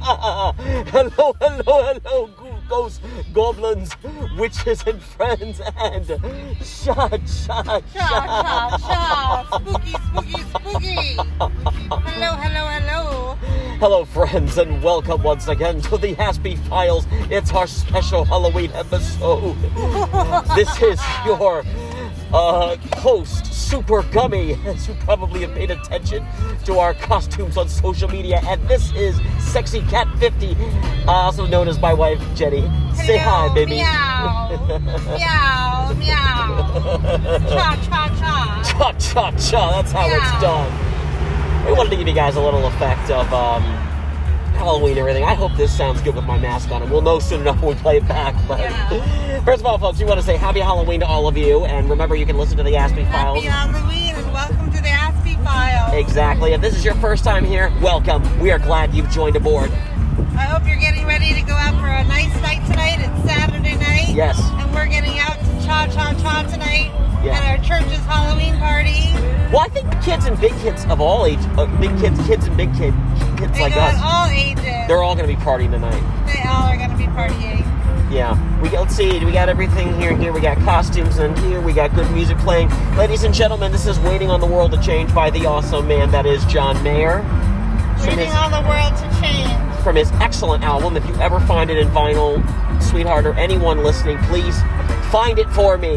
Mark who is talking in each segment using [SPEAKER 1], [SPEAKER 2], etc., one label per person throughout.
[SPEAKER 1] hello, hello, hello, go- ghosts, goblins, witches, and friends, and shot, shot,
[SPEAKER 2] Cha cha cha! Spooky, spooky, spooky! Hello, hello, hello!
[SPEAKER 1] Hello, friends, and welcome once again to the Haspy Files. It's our special Halloween episode. this is your uh, host, Super Gummy, as you probably have paid attention to our costumes on social media. And this is Sexy Cat 50, uh, also known as my wife, Jenny. Say hi,
[SPEAKER 2] Hello,
[SPEAKER 1] baby.
[SPEAKER 2] Meow! meow! Meow! Cha cha cha!
[SPEAKER 1] Cha cha cha, that's how
[SPEAKER 2] Meow.
[SPEAKER 1] it's done. We wanted to give you guys a little effect of um, Halloween and everything. I hope this sounds good with my mask on, and we'll know soon enough when we play it back. But
[SPEAKER 2] Yeah.
[SPEAKER 1] first of all, folks, we want to say happy Halloween to all of you, and remember you can listen to the Aspie
[SPEAKER 2] Happy
[SPEAKER 1] Files.
[SPEAKER 2] Halloween and welcome to the Aspie Files.
[SPEAKER 1] Exactly. If this is your first time here, welcome. We are glad you've joined aboard.
[SPEAKER 2] I hope you're getting ready to go out for a nice night tonight. It's Saturday night.
[SPEAKER 1] Yes.
[SPEAKER 2] And we're getting out to cha cha cha tonight
[SPEAKER 1] Yeah.
[SPEAKER 2] at our church's Halloween party.
[SPEAKER 1] Well, I think kids and big kids of all age, uh, big kids, kids and big kid, kids
[SPEAKER 2] They
[SPEAKER 1] like
[SPEAKER 2] go
[SPEAKER 1] us,
[SPEAKER 2] at all ages.
[SPEAKER 1] they're all going to be partying tonight.
[SPEAKER 2] they all are going to be partying.
[SPEAKER 1] Yeah, we got, let's see, we got everything here. Here we got costumes, and here we got good music playing. Ladies and gentlemen, this is "Waiting on the World to Change" by the awesome man that is John Mayer. From
[SPEAKER 2] Waiting
[SPEAKER 1] his,
[SPEAKER 2] on the world to change.
[SPEAKER 1] from his excellent album, if you ever find it in vinyl, sweetheart, or anyone listening, please find it for me.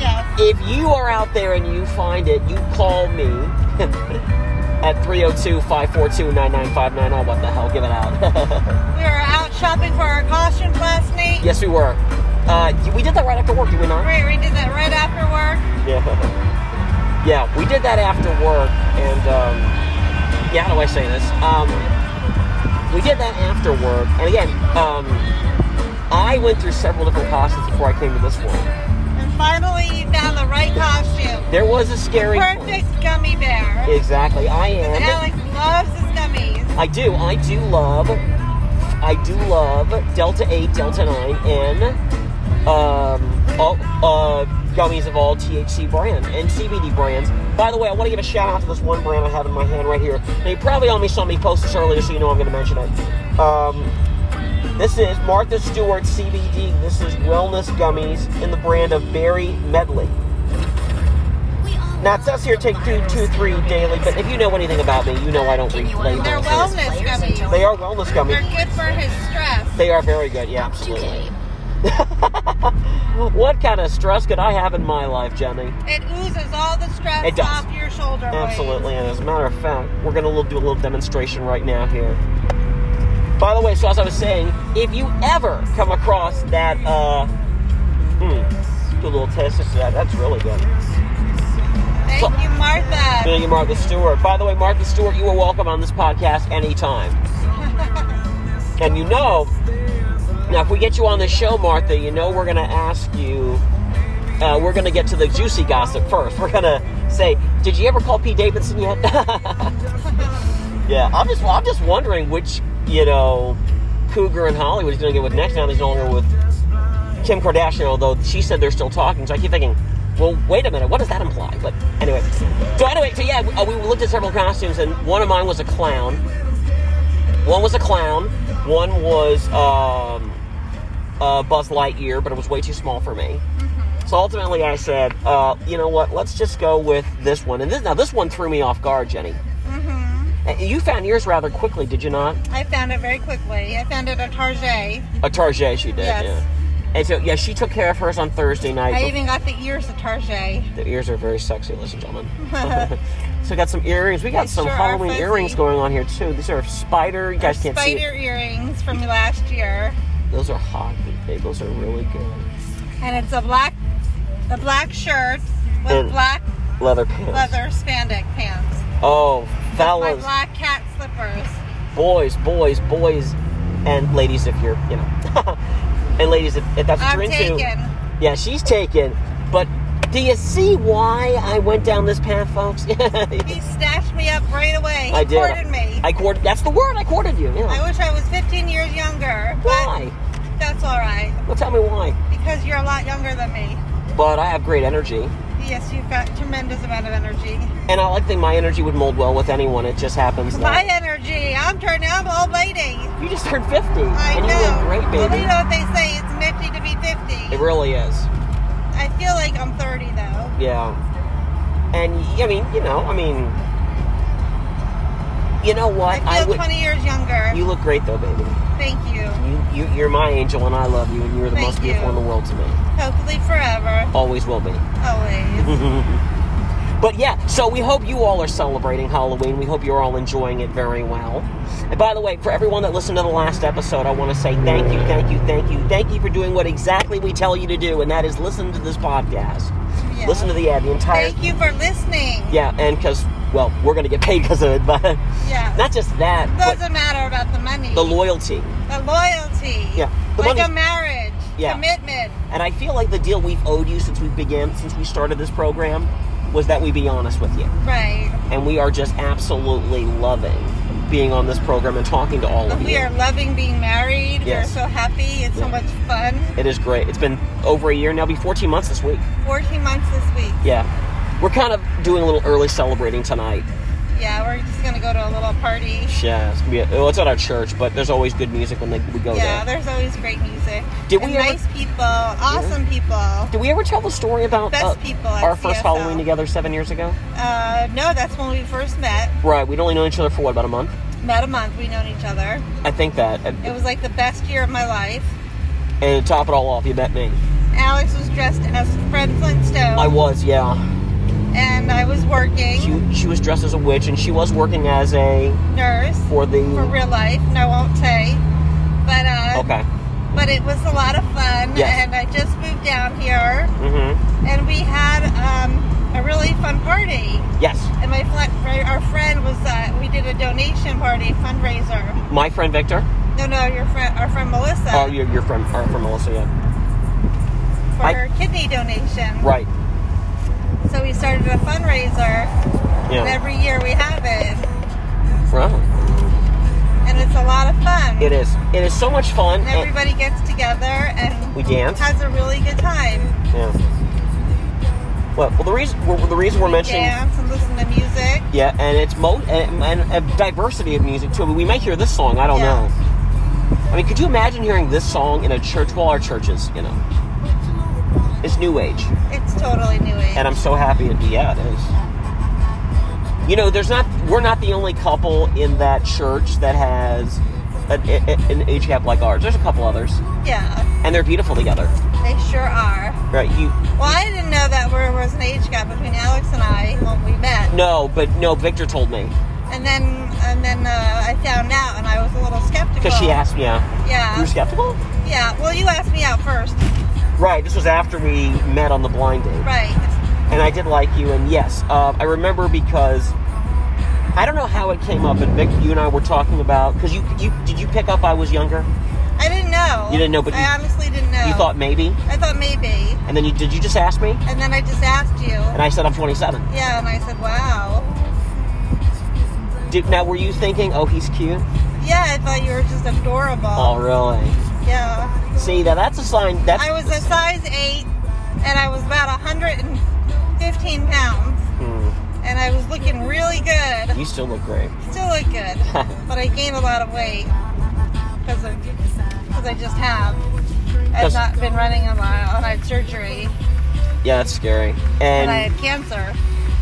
[SPEAKER 2] Yes.
[SPEAKER 1] If you are out there and you find it, you call me at 302-542-9959. Oh, what the hell? Give it out.
[SPEAKER 2] We were out shopping for our costumes last night.
[SPEAKER 1] yes, we were. Uh, we did that right after work, did we not?
[SPEAKER 2] Right, we did that right after work.
[SPEAKER 1] Yeah. Yeah, we did that after work, and um, yeah, how do I say this? Um, we did that after work, and again, um, I went through several different costumes before I came to this one.
[SPEAKER 2] And finally you found the right costume.
[SPEAKER 1] There was a scary.
[SPEAKER 2] Perfect gummy bear.
[SPEAKER 1] Exactly, I am.
[SPEAKER 2] Alex loves his gummies.
[SPEAKER 1] I do, I do love, I do love Delta Eight, Delta Nine, and um, all, uh, gummies of all THC brand and CBD brands. By the way, I want to give a shout out to this one brand I have in my hand right here. Now you probably only saw me post this earlier, so you know I'm going to mention it. Um, this is Martha Stewart CBD. This is wellness gummies in the brand of Berry Medley. Now it says here take two, two, three daily, but if you know anything about me, you know I don't read labels.
[SPEAKER 2] They're wellness gummies.
[SPEAKER 1] They are wellness
[SPEAKER 2] They're
[SPEAKER 1] gummies.
[SPEAKER 2] good for his stress.
[SPEAKER 1] They are very good. Yeah, absolutely. what kind of stress could I have in my life, Jenny?
[SPEAKER 2] It oozes all the stress
[SPEAKER 1] It does.
[SPEAKER 2] off your shoulder. blades.
[SPEAKER 1] Absolutely. And as a matter of fact, we're going to do a little demonstration right now here. By the way, so as I was saying, if you ever come across that, uh, hmm, do a little taste of that. That's really good.
[SPEAKER 2] Thank you, Martha.
[SPEAKER 1] Thank you, Martha Stewart. By the way, Martha Stewart, you are welcome on this podcast anytime. and you know, now if we get you on the show, Martha, you know we're going to ask you, uh, we're going to get to the juicy gossip first. We're going to say, did you ever call Pete Davidson yet? yeah, I'm just, I'm just wondering which, you know, cougar in Hollywood he's going to get with next. Now that he's no longer with Kim Kardashian, although she said they're still talking. So I keep thinking, well, wait a minute, what does that imply? But anyway, so anyway, so yeah, we, uh, we looked at several costumes, and one of mine was a clown. One was a clown. One was um, uh, Buzz Lightyear, but it was way too small for me. So ultimately, I said, uh, you know what? Let's just go with this one. And this, now this one threw me off guard, Jenny.
[SPEAKER 2] Mm-hmm.
[SPEAKER 1] Uh, You found yours rather quickly, did you not?
[SPEAKER 2] I found it very quickly. I found it at Target.
[SPEAKER 1] A Target, she did.
[SPEAKER 2] Yes.
[SPEAKER 1] Yeah. And so, yeah, she took care of hers on Thursday night.
[SPEAKER 2] I even got the ears at Target.
[SPEAKER 1] The ears are very sexy, ladies and gentlemen. so we got some earrings. We got
[SPEAKER 2] They
[SPEAKER 1] some
[SPEAKER 2] sure are
[SPEAKER 1] Halloween
[SPEAKER 2] fuzzy.
[SPEAKER 1] earrings going on here too. These are spider. You guys can't see
[SPEAKER 2] Spider
[SPEAKER 1] it.
[SPEAKER 2] earrings from last year,
[SPEAKER 1] Those are hot. They- Those are really good.
[SPEAKER 2] and it's a black, a black shirt with
[SPEAKER 1] And-
[SPEAKER 2] black
[SPEAKER 1] Leather pants.
[SPEAKER 2] leather spandex pants.
[SPEAKER 1] Oh,
[SPEAKER 2] My
[SPEAKER 1] fellas,
[SPEAKER 2] black cat slippers.
[SPEAKER 1] boys, boys, boys, and ladies, if you're, you know, and ladies, if, if that's what
[SPEAKER 2] I'm
[SPEAKER 1] you're
[SPEAKER 2] taken.
[SPEAKER 1] into. Yeah, she's taken. But do you see why I went down this path, folks?
[SPEAKER 2] He snatched me up right away. He
[SPEAKER 1] I did.
[SPEAKER 2] courted me.
[SPEAKER 1] I courted. That's the word. I courted you. Yeah.
[SPEAKER 2] I wish I was 15 years younger, but
[SPEAKER 1] why?
[SPEAKER 2] that's all right
[SPEAKER 1] Well, tell me why.
[SPEAKER 2] because you're a lot younger than me.
[SPEAKER 1] But I have great energy.
[SPEAKER 2] Yes, you've got tremendous amount of energy.
[SPEAKER 1] And I like that my energy would mold well with anyone. It just happens that
[SPEAKER 2] My energy energy. I'm turning. I'm an old lady.
[SPEAKER 1] You just turned 50.
[SPEAKER 2] I
[SPEAKER 1] and
[SPEAKER 2] know.
[SPEAKER 1] you look great,
[SPEAKER 2] Well, you
[SPEAKER 1] baby.
[SPEAKER 2] know what they say? It's nifty to be
[SPEAKER 1] It
[SPEAKER 2] 50.
[SPEAKER 1] really is.
[SPEAKER 2] I feel like I'm 30 though.
[SPEAKER 1] Yeah. And y- I mean, you know, I mean, you know
[SPEAKER 2] I
[SPEAKER 1] what?
[SPEAKER 2] feel 20 years younger.
[SPEAKER 1] You look great though, baby.
[SPEAKER 2] Thank you.
[SPEAKER 1] You, you you're my angel, and I love you, and you're the
[SPEAKER 2] Thank
[SPEAKER 1] most beautiful
[SPEAKER 2] you.
[SPEAKER 1] in the world to me.
[SPEAKER 2] Hopefully forever.
[SPEAKER 1] Always will be.
[SPEAKER 2] Always.
[SPEAKER 1] But yeah, so we hope you all are celebrating Halloween. We hope you're all enjoying it very well. And by the way, for everyone that listened to the last episode, I want to say thank you, thank you, thank you, thank you for doing what exactly we tell you to do, and that is listen to this podcast.
[SPEAKER 2] Yeah.
[SPEAKER 1] Listen to the ad, the entire.
[SPEAKER 2] Thank you for listening.
[SPEAKER 1] Yeah, and because well, we're gonna get paid because of it, but
[SPEAKER 2] Yeah.
[SPEAKER 1] not just that, but
[SPEAKER 2] Doesn't matter about the money.
[SPEAKER 1] the loyalty.
[SPEAKER 2] The loyalty.
[SPEAKER 1] Yeah. The
[SPEAKER 2] like
[SPEAKER 1] money-
[SPEAKER 2] a marriage.
[SPEAKER 1] Yeah.
[SPEAKER 2] Commitment.
[SPEAKER 1] And I feel like the deal we've owed you since we began, since we started this program, was that we be honest with you.
[SPEAKER 2] Right.
[SPEAKER 1] and we are just absolutely loving being on this program and talking to all of
[SPEAKER 2] We
[SPEAKER 1] you.
[SPEAKER 2] are loving being married.
[SPEAKER 1] Yes.
[SPEAKER 2] We're so happy. It's so
[SPEAKER 1] Yeah.
[SPEAKER 2] much fun.
[SPEAKER 1] It is great. It's been over a year now, be 14 months this week.
[SPEAKER 2] 14 months this week.
[SPEAKER 1] Yeah. We're kind of doing a little early celebrating tonight.
[SPEAKER 2] Yeah, we're just gonna go to a little party.
[SPEAKER 1] Yeah, it's, gonna be a, well, it's at our church, but there's always good music when they, we go
[SPEAKER 2] Yeah,
[SPEAKER 1] there.
[SPEAKER 2] there's always great music.
[SPEAKER 1] Oh, Did
[SPEAKER 2] and
[SPEAKER 1] we ever-
[SPEAKER 2] nice people, awesome people.
[SPEAKER 1] Did we ever tell the story about
[SPEAKER 2] Best
[SPEAKER 1] uh,
[SPEAKER 2] people at
[SPEAKER 1] our first
[SPEAKER 2] CSL.
[SPEAKER 1] Halloween together seven years ago?
[SPEAKER 2] Uh, no, that's when we first met.
[SPEAKER 1] Right, we'd only known each other for what, about a month?
[SPEAKER 2] About a month, we known each other.
[SPEAKER 1] I think that. And,
[SPEAKER 2] It was like the best year of my life.
[SPEAKER 1] and to top it all off, you met me.
[SPEAKER 2] Alex was dressed as Fred Flintstone,
[SPEAKER 1] I was, yeah.
[SPEAKER 2] and I was working
[SPEAKER 1] She, she was dressed as a witch, and she was working as a
[SPEAKER 2] nurse
[SPEAKER 1] for the.
[SPEAKER 2] for real life. No, I won't say, but uh,
[SPEAKER 1] Okay.
[SPEAKER 2] but it was a lot of fun.
[SPEAKER 1] Yes.
[SPEAKER 2] And I just moved down here,
[SPEAKER 1] Mm-hmm.
[SPEAKER 2] and we had um, a really fun party.
[SPEAKER 1] Yes.
[SPEAKER 2] And my fl- our friend was uh, we did a donation party fundraiser.
[SPEAKER 1] My friend Victor.
[SPEAKER 2] No, no, your friend, our friend Melissa,
[SPEAKER 1] Oh, you're, you're from are from Melissa, yeah.
[SPEAKER 2] for
[SPEAKER 1] I-
[SPEAKER 2] her kidney donation.
[SPEAKER 1] Right.
[SPEAKER 2] So we started a fundraiser, and
[SPEAKER 1] Yeah.
[SPEAKER 2] every year we have it,
[SPEAKER 1] Right.
[SPEAKER 2] and it's a lot of fun.
[SPEAKER 1] It is. It is so much fun.
[SPEAKER 2] And
[SPEAKER 1] and
[SPEAKER 2] everybody gets together and
[SPEAKER 1] we dance.
[SPEAKER 2] has a really good time.
[SPEAKER 1] Yeah. Well, well, the reason well, the reason we're mentioning.
[SPEAKER 2] Dance and listen to music.
[SPEAKER 1] Yeah, and it's mo and, and a diversity of music too. I mean, we may hear this song. I don't
[SPEAKER 2] Yeah.
[SPEAKER 1] know. I mean, could you imagine hearing this song in a church? Well, our churches, you know, it's new age,
[SPEAKER 2] It's totally new age.
[SPEAKER 1] and I'm so happy it. Yeah, it is. You know, there's not. We're not the only couple in that church that has an, a- an age gap like ours. There's a couple others,
[SPEAKER 2] yeah,
[SPEAKER 1] and they're beautiful together.
[SPEAKER 2] they sure are.
[SPEAKER 1] Right? You
[SPEAKER 2] Well, I didn't know that there was an age gap between Alex and I when we met.
[SPEAKER 1] no, but no. Victor told me
[SPEAKER 2] And then and then uh, I found out, and I was a little skeptical.
[SPEAKER 1] because she asked me. Yeah, you
[SPEAKER 2] Yeah.
[SPEAKER 1] were skeptical.
[SPEAKER 2] Yeah. Well, you asked me out first,
[SPEAKER 1] Right. This was after we met on the blind date.
[SPEAKER 2] right?
[SPEAKER 1] and I did like you. And yes, uh, I remember because I don't know how it came up, but Vic, you and I were talking about because you you did you pick up I was younger?
[SPEAKER 2] I didn't know.
[SPEAKER 1] You didn't know, but
[SPEAKER 2] I
[SPEAKER 1] you-
[SPEAKER 2] honestly didn't know.
[SPEAKER 1] You thought maybe,
[SPEAKER 2] I thought maybe,
[SPEAKER 1] and then you did you just ask me,
[SPEAKER 2] and then I just asked you.
[SPEAKER 1] and I said I'm 27.
[SPEAKER 2] yeah, and I said, "Wow."
[SPEAKER 1] Did, now were you thinking, oh he's cute?
[SPEAKER 2] Yeah, I thought you were just adorable.
[SPEAKER 1] Oh really?
[SPEAKER 2] Yeah.
[SPEAKER 1] See now that's a sign. That's
[SPEAKER 2] I was a size eight, and I was about 115 pounds,
[SPEAKER 1] Hmm,
[SPEAKER 2] and I was looking really good.
[SPEAKER 1] you still look great.
[SPEAKER 2] Still look good, but I gained a lot of weight because of because I just have. I've
[SPEAKER 1] 'Cause-
[SPEAKER 2] not been running a while, and I had surgery,
[SPEAKER 1] Yeah, that's scary.
[SPEAKER 2] and I
[SPEAKER 1] And
[SPEAKER 2] had cancer.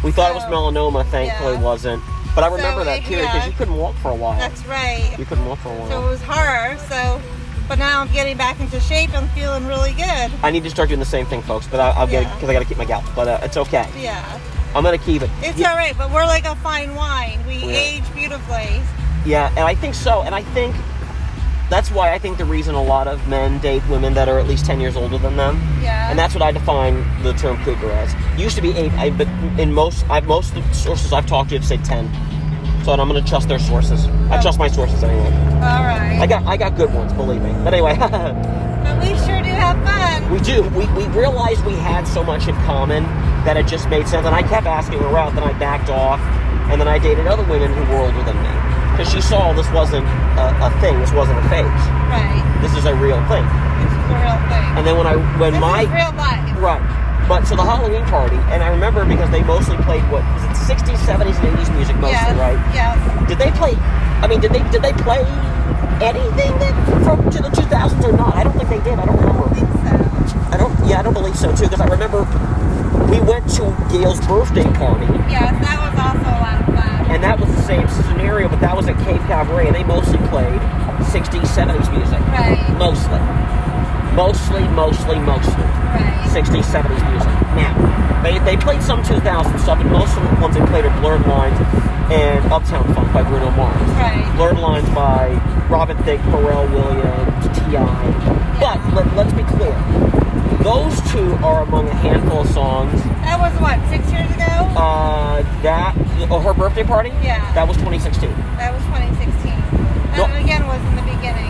[SPEAKER 1] we thought it was
[SPEAKER 2] so-
[SPEAKER 1] melanoma. Thankfully,
[SPEAKER 2] yeah.
[SPEAKER 1] it wasn't. But I remember
[SPEAKER 2] So,
[SPEAKER 1] that period
[SPEAKER 2] yeah.
[SPEAKER 1] because you couldn't walk for a while.
[SPEAKER 2] That's right.
[SPEAKER 1] You couldn't walk for a while.
[SPEAKER 2] So it was horror. So, but now I'm getting back into shape. I'm feeling really good.
[SPEAKER 1] I need to start doing the same thing, folks. But I, I'll get
[SPEAKER 2] Yeah.
[SPEAKER 1] because I got to keep my gout. But uh, it's okay.
[SPEAKER 2] Yeah,
[SPEAKER 1] I'm gonna keep it.
[SPEAKER 2] it's
[SPEAKER 1] yeah,
[SPEAKER 2] all right. But we're like a fine wine. We
[SPEAKER 1] We are.
[SPEAKER 2] age beautifully.
[SPEAKER 1] yeah, and I think so. And I think that's why I think the reason a lot of men date women that are at least ten years older than them,
[SPEAKER 2] Yeah.
[SPEAKER 1] and that's what I define the term cougar as. Used to be eight, I, but in most I, most of the sources I've talked to have said ten. So and I'm gonna trust their sources. I
[SPEAKER 2] Oh.
[SPEAKER 1] trust my sources anyway.
[SPEAKER 2] all
[SPEAKER 1] I
[SPEAKER 2] right.
[SPEAKER 1] got I got good ones, believe me. But anyway.
[SPEAKER 2] But we sure do have fun.
[SPEAKER 1] We do. We, we realized we had so much in common that it just made sense. And I kept asking her out, then I backed off, and then I dated other women who were older than me. Because she saw this wasn't a, a thing, this wasn't a phase.
[SPEAKER 2] Right.
[SPEAKER 1] This is a real thing.
[SPEAKER 2] This is a real thing.
[SPEAKER 1] And then when I when
[SPEAKER 2] This
[SPEAKER 1] my
[SPEAKER 2] is real life.
[SPEAKER 1] right, but so the Halloween party, and I remember because they mostly played what was it 60s, 70s, and 80s music mostly,
[SPEAKER 2] Yes.
[SPEAKER 1] right?
[SPEAKER 2] Yes.
[SPEAKER 1] Did they play? I mean, did they did they play anything that, from to the 2000s or not? I don't think they did. I don't remember.
[SPEAKER 2] think so.
[SPEAKER 1] I don't. Yeah, I don't believe so too. Because I remember we went to Gail's birthday party,
[SPEAKER 2] Yes, that was also a lot of fun.
[SPEAKER 1] and that was the same scenario, but that was at Cave Cabaret, and they mostly played 60s, 70s music.
[SPEAKER 2] Right,
[SPEAKER 1] Mostly, mostly, mostly, mostly
[SPEAKER 2] right.
[SPEAKER 1] 60s, 70s music. Now, they they played some 2000 stuff, and most of the ones they played are Blurred Lines and Uptown Funk by Bruno Mars.
[SPEAKER 2] Right.
[SPEAKER 1] Blurred Lines by Robin Thicke, Pharrell Williams, T.I. But let, let's be clear. Those two are among a handful of songs.
[SPEAKER 2] That was what, six years ago?
[SPEAKER 1] Uh, that, oh, her birthday party?
[SPEAKER 2] Yeah.
[SPEAKER 1] That was 2016.
[SPEAKER 2] That was 2016. That
[SPEAKER 1] No.
[SPEAKER 2] one again was in the beginning.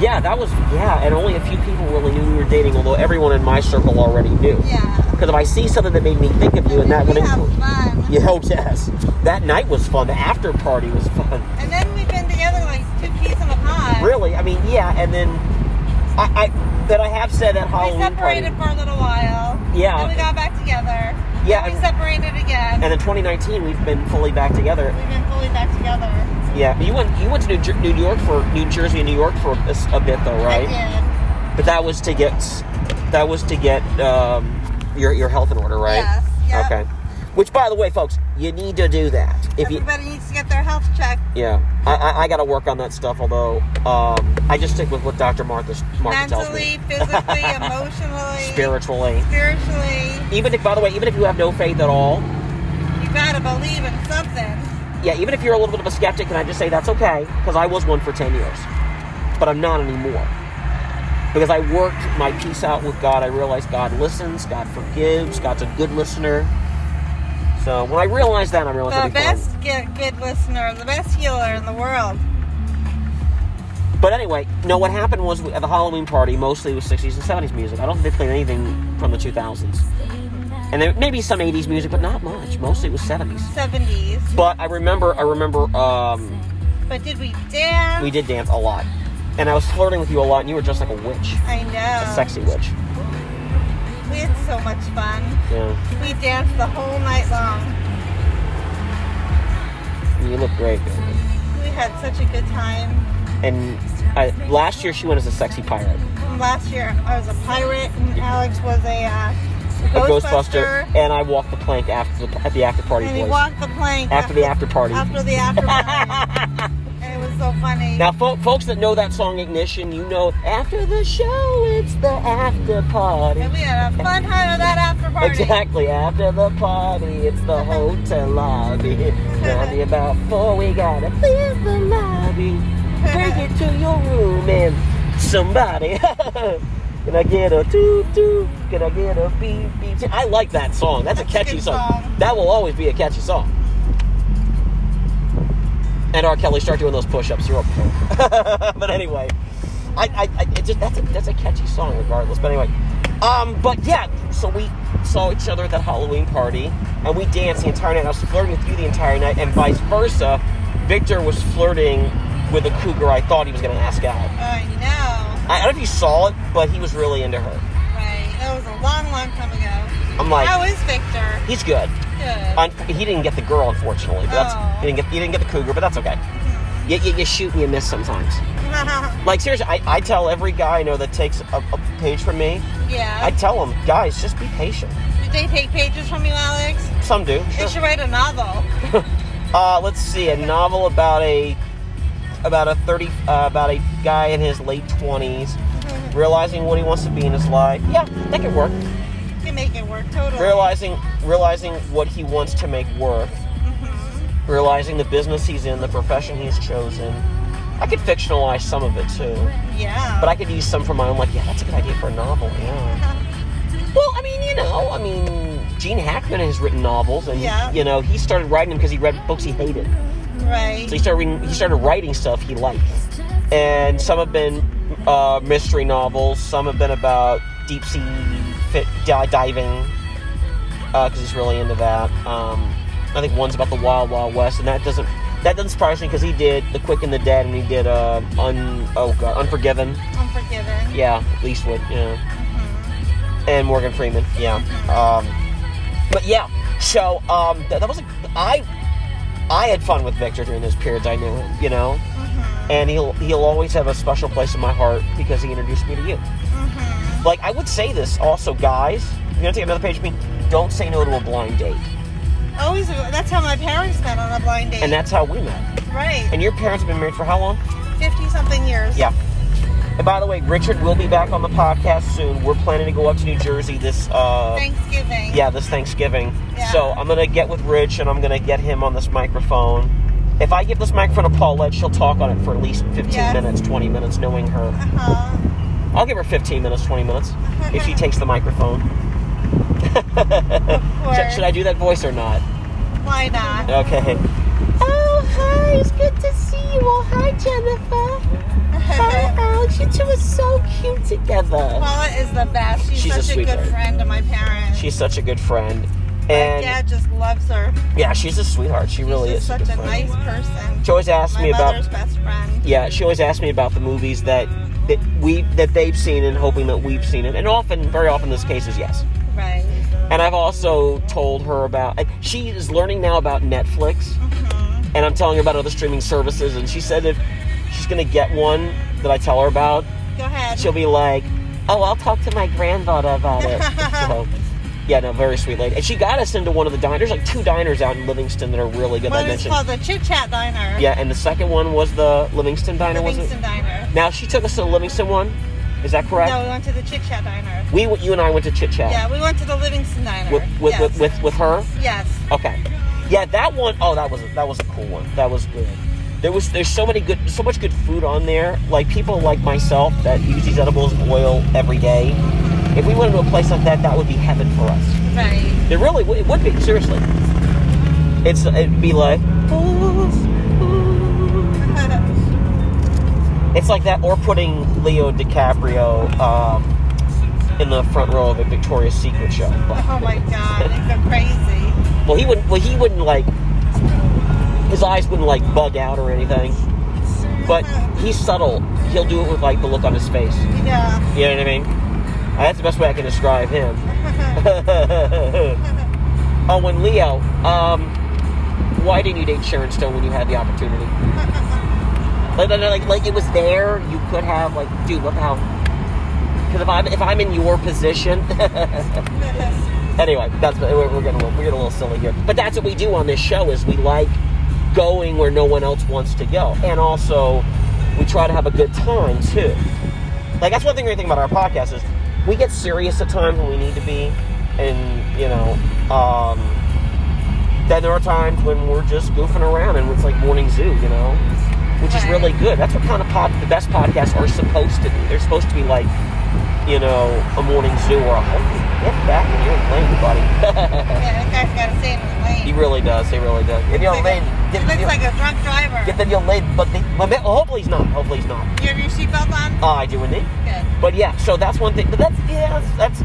[SPEAKER 1] Yeah, that was, yeah, and only a few people really knew we were dating, although everyone in my circle already knew.
[SPEAKER 2] Yeah.
[SPEAKER 1] Because if I see something that made me think of you, and that
[SPEAKER 2] we
[SPEAKER 1] would
[SPEAKER 2] have
[SPEAKER 1] include.
[SPEAKER 2] fun.
[SPEAKER 1] Yeah, oh, yes. That night was fun. The after party was fun.
[SPEAKER 2] And then we've been together like two peas in a pod.
[SPEAKER 1] Really, I mean, yeah, and then I, I that I have said at Halloween
[SPEAKER 2] We separated
[SPEAKER 1] party.
[SPEAKER 2] for a little while.
[SPEAKER 1] Yeah.
[SPEAKER 2] Then we got back together.
[SPEAKER 1] Yeah,
[SPEAKER 2] Then we
[SPEAKER 1] and-
[SPEAKER 2] separated again.
[SPEAKER 1] And in 2019, we've been fully back together.
[SPEAKER 2] We've been fully back together.
[SPEAKER 1] Yeah, you went you went to New, Jer- New York for New Jersey and New York for a, s- a bit though, right?
[SPEAKER 2] I
[SPEAKER 1] But that was to get that was to get um, your your health in order, right?
[SPEAKER 2] Yes, yep.
[SPEAKER 1] Okay. Which, by the way, folks, you need to do that
[SPEAKER 2] did.
[SPEAKER 1] if you.
[SPEAKER 2] Everybody needs to get their health checked.
[SPEAKER 1] Yeah, I, I, I got to work on that stuff. Although um, I just stick with what Dr. Martha Martha tells
[SPEAKER 2] mentally,
[SPEAKER 1] me,
[SPEAKER 2] physically, emotionally,
[SPEAKER 1] spiritually.
[SPEAKER 2] spiritually.
[SPEAKER 1] Even if, by the way, even if you have no faith at all,
[SPEAKER 2] You gotta believe in something.
[SPEAKER 1] yeah, even if you're a little bit of a skeptic, and I just say that's okay, because I was one for 10 years, but I'm not anymore. Because I worked my peace out with God, I realized God listens, God forgives, God's a good listener. So when I realized that, I realized
[SPEAKER 2] The
[SPEAKER 1] I'd be fine.
[SPEAKER 2] best good, good listener, the best healer in the world.
[SPEAKER 1] But anyway, no, what happened was at the Halloween party, mostly it was 60s and 70s music. I don't think they played anything from the 2000s. And there maybe some 80s music, but not much. Mostly it was 70s.
[SPEAKER 2] 70s.
[SPEAKER 1] But I remember, I remember um,
[SPEAKER 2] But did we dance?
[SPEAKER 1] we did dance a lot. And I was flirting with you a lot, and you were just like a witch.
[SPEAKER 2] I know.
[SPEAKER 1] A sexy witch.
[SPEAKER 2] We had so much fun.
[SPEAKER 1] Yeah.
[SPEAKER 2] We danced the whole night long.
[SPEAKER 1] You look great.
[SPEAKER 2] We had such a good time.
[SPEAKER 1] And I, last year she went as a sexy pirate.
[SPEAKER 2] And last year I was a pirate and Alex was a, uh,
[SPEAKER 1] A
[SPEAKER 2] Ghostbuster.
[SPEAKER 1] Ghostbuster. And I walked the plank after the, at the after party
[SPEAKER 2] And he
[SPEAKER 1] place.
[SPEAKER 2] walked the plank
[SPEAKER 1] after the after party.
[SPEAKER 2] after the after party. and it was so funny.
[SPEAKER 1] Now, fo- folks that know that song Ignition, you know after the show, it's the after party.
[SPEAKER 2] And we had a fun time at that after party.
[SPEAKER 1] Exactly, after the party, it's the hotel lobby. Gonna be about four, we gotta clear the lobby. Take it to your room and somebody. Can I get a toot toot? Can I get a beep beep? I like that song. That's,
[SPEAKER 2] That's
[SPEAKER 1] a
[SPEAKER 2] a
[SPEAKER 1] catchy
[SPEAKER 2] good
[SPEAKER 1] song.
[SPEAKER 2] song.
[SPEAKER 1] That will always be a catchy song. And R. Kelly, start doing those push-ups. You're up. but anyway, I, I, I it just that's a that's a catchy song, regardless. But anyway, um, but yeah, so we saw each other at that Halloween party, and we danced the entire night. I was flirting with you the entire night, and vice versa. Victor was flirting with a cougar. I thought he was going to ask out.
[SPEAKER 2] I know.
[SPEAKER 1] I, I don't know if you saw it, but he was really into her.
[SPEAKER 2] Right. That was a long, long time ago.
[SPEAKER 1] I'm like,
[SPEAKER 2] How is Victor?
[SPEAKER 1] he's good.
[SPEAKER 2] Good.
[SPEAKER 1] Un- he didn't get the girl, unfortunately. But that's
[SPEAKER 2] Oh.
[SPEAKER 1] he didn't get he didn't get the cougar, but that's okay. You, you, you shoot and you miss sometimes. Like seriously, I, I tell every guy I know that takes a, a page from me, I
[SPEAKER 2] yeah.
[SPEAKER 1] tell them, guys, just be patient.
[SPEAKER 2] Did they take pages from you, Alex?
[SPEAKER 1] Some do.
[SPEAKER 2] They
[SPEAKER 1] Sure.
[SPEAKER 2] should write a novel.
[SPEAKER 1] Uh, let's see, a novel about a about a thirty uh, about a guy in his late twenties realizing what he wants to be in his life. Yeah, that could work.
[SPEAKER 2] can make it work totally.
[SPEAKER 1] Realizing realizing what he wants to make work. Realizing the business he's in, the profession he's chosen. I could fictionalize some of it too.
[SPEAKER 2] Yeah.
[SPEAKER 1] But I could use some for my own, like, yeah, that's a good idea for a novel, yeah. Well, I mean, you know, I mean, Gene Hackman has written novels, and,
[SPEAKER 2] Yeah.
[SPEAKER 1] you know, he started writing them because he read books he hated.
[SPEAKER 2] right.
[SPEAKER 1] So he started, reading, he started writing stuff he liked. And some have been uh, mystery novels, some have been about deep sea fit, di- diving, because he's really into that. Um, I think one's about the Wild Wild West, and that doesn't. That doesn't surprise me because he did The Quick and the Dead, and he did uh, un, oh God, Unforgiven.
[SPEAKER 2] Unforgiven.
[SPEAKER 1] Yeah, Leastwood. Yeah, and Morgan Freeman. Yeah. Um, but yeah, so um, that, that was a, I I had fun with Victor during those periods I knew him, you know? And he'll he'll always have a special place in my heart because he introduced me to you. Like I would say this also, guys. You're gonna take another page of me. Don't say no to a blind date,
[SPEAKER 2] Always, that's how my parents met on a blind date.
[SPEAKER 1] and that's how we met.
[SPEAKER 2] right.
[SPEAKER 1] And your parents have been married for how long?
[SPEAKER 2] 50 something years.
[SPEAKER 1] Yeah. And by the way, Richard will be back on the podcast soon. We're planning to go up to New Jersey this uh,
[SPEAKER 2] Thanksgiving.
[SPEAKER 1] yeah, this Thanksgiving.
[SPEAKER 2] Yeah.
[SPEAKER 1] So I'm gonna get with Rich and I'm gonna get him on this microphone. If I give this microphone to Paulette, she'll talk on it for at least 15
[SPEAKER 2] Yes.
[SPEAKER 1] minutes, 20 minutes, knowing her.
[SPEAKER 2] Uh-huh.
[SPEAKER 1] I'll give her 15 minutes, 20 minutes, if she takes the microphone. Should- Should I do that voice or not?
[SPEAKER 2] Why not?
[SPEAKER 1] Okay.
[SPEAKER 3] Oh, hi, it's good to see you. Oh, hi, Jennifer. Hi,
[SPEAKER 2] Oh,
[SPEAKER 3] Alex. You two are so cute together.
[SPEAKER 2] Paula is the best. She's,
[SPEAKER 1] She's a
[SPEAKER 2] such a, good
[SPEAKER 1] sweetheart.
[SPEAKER 2] friend to my parents.
[SPEAKER 1] She's such a good friend.
[SPEAKER 2] my
[SPEAKER 1] And
[SPEAKER 2] dad just loves her.
[SPEAKER 1] yeah, she's a sweetheart. She really
[SPEAKER 2] She's
[SPEAKER 1] is.
[SPEAKER 2] just such
[SPEAKER 1] good
[SPEAKER 2] a
[SPEAKER 1] friend.
[SPEAKER 2] nice person.
[SPEAKER 1] She always asks
[SPEAKER 2] My
[SPEAKER 1] me about
[SPEAKER 2] mother's best friend.
[SPEAKER 1] yeah, she always asks me about the movies that, that we that they've seen and hoping that we've seen it. And often, very often, this case is yes.
[SPEAKER 2] Right.
[SPEAKER 1] And I've also told her about uh, she is learning now about Netflix,
[SPEAKER 2] Mm-hmm.
[SPEAKER 1] and I'm telling her about other streaming services. And she said if she's gonna get one that I tell her about,
[SPEAKER 2] Go ahead.
[SPEAKER 1] she'll be like, "Oh, I'll talk to my granddaughter about it." so, yeah, no, very sweet lady. And she got us into one of the diners. There's like two diners out in Livingston that are really good.
[SPEAKER 2] One
[SPEAKER 1] I
[SPEAKER 2] is
[SPEAKER 1] mentioned.
[SPEAKER 2] called the Chit Chat Diner.
[SPEAKER 1] Yeah, and the second one was the Livingston diner, was
[SPEAKER 2] Livingston
[SPEAKER 1] it?
[SPEAKER 2] Diner.
[SPEAKER 1] Now she took us to the Livingston one. Is that correct?
[SPEAKER 2] No, we went to the Chit Chat Diner.
[SPEAKER 1] We, you and I went to chit chat.
[SPEAKER 2] Yeah, we went to the Livingston Diner.
[SPEAKER 1] With with,
[SPEAKER 2] yes.
[SPEAKER 1] with with with her.
[SPEAKER 2] yes.
[SPEAKER 1] Okay. Yeah, that one oh that was a, that was a cool one. That was good. There was there's so many good so much good food on there. Like people like myself that use these edibles and oil every day. If we went to a place like that, that would be heaven for us.
[SPEAKER 2] Right.
[SPEAKER 1] It really w- it would be seriously. It's it'd be like it's like that or putting Leo DiCaprio um, in the front row of a Victoria's Secret show.
[SPEAKER 2] oh my God, it's so crazy.
[SPEAKER 1] Well, he wouldn't. Well, he wouldn't like. His eyes wouldn't like bug out or anything. But he's subtle. He'll do it with like the look on his face.
[SPEAKER 2] Yeah.
[SPEAKER 1] You know what I mean? Uh, That's the best way I can describe him. oh, and Leo, um, why didn't you date Sharon Stone when you had the opportunity? Like, like, like, like it was there. You could have, like, dude, what the hell? Because if I'm if I'm in your position, anyway, that's we're, we're getting a little, we're getting a little silly here. But that's what we do on this show is we like going where no one else wants to go, and also we try to have a good time too. Like that's one thing great thing about our podcast is we get serious at times when we need to be, and you know, um, then there are times when we're just goofing around and it's like morning zoo, you know, which is
[SPEAKER 2] Right.
[SPEAKER 1] really good. That's what kind of pod the best podcasts are supposed to be. They're supposed to be like you know, a morning zoo or a home. Get back in your lane, buddy.
[SPEAKER 2] yeah, that guy's got to stay in the lane.
[SPEAKER 1] he really does. He really does. In your
[SPEAKER 2] Looks
[SPEAKER 1] lane.
[SPEAKER 2] like a-
[SPEAKER 1] Get,
[SPEAKER 2] he looks
[SPEAKER 1] your,
[SPEAKER 2] like a drunk driver.
[SPEAKER 1] get in your lane. But the, but ma- oh, hopefully he's not. Hopefully he's not.
[SPEAKER 2] you have your seatbelt on?
[SPEAKER 1] Oh, I do indeed.
[SPEAKER 2] Good.
[SPEAKER 1] But yeah, so that's one thing. But that's yeah, that's, that's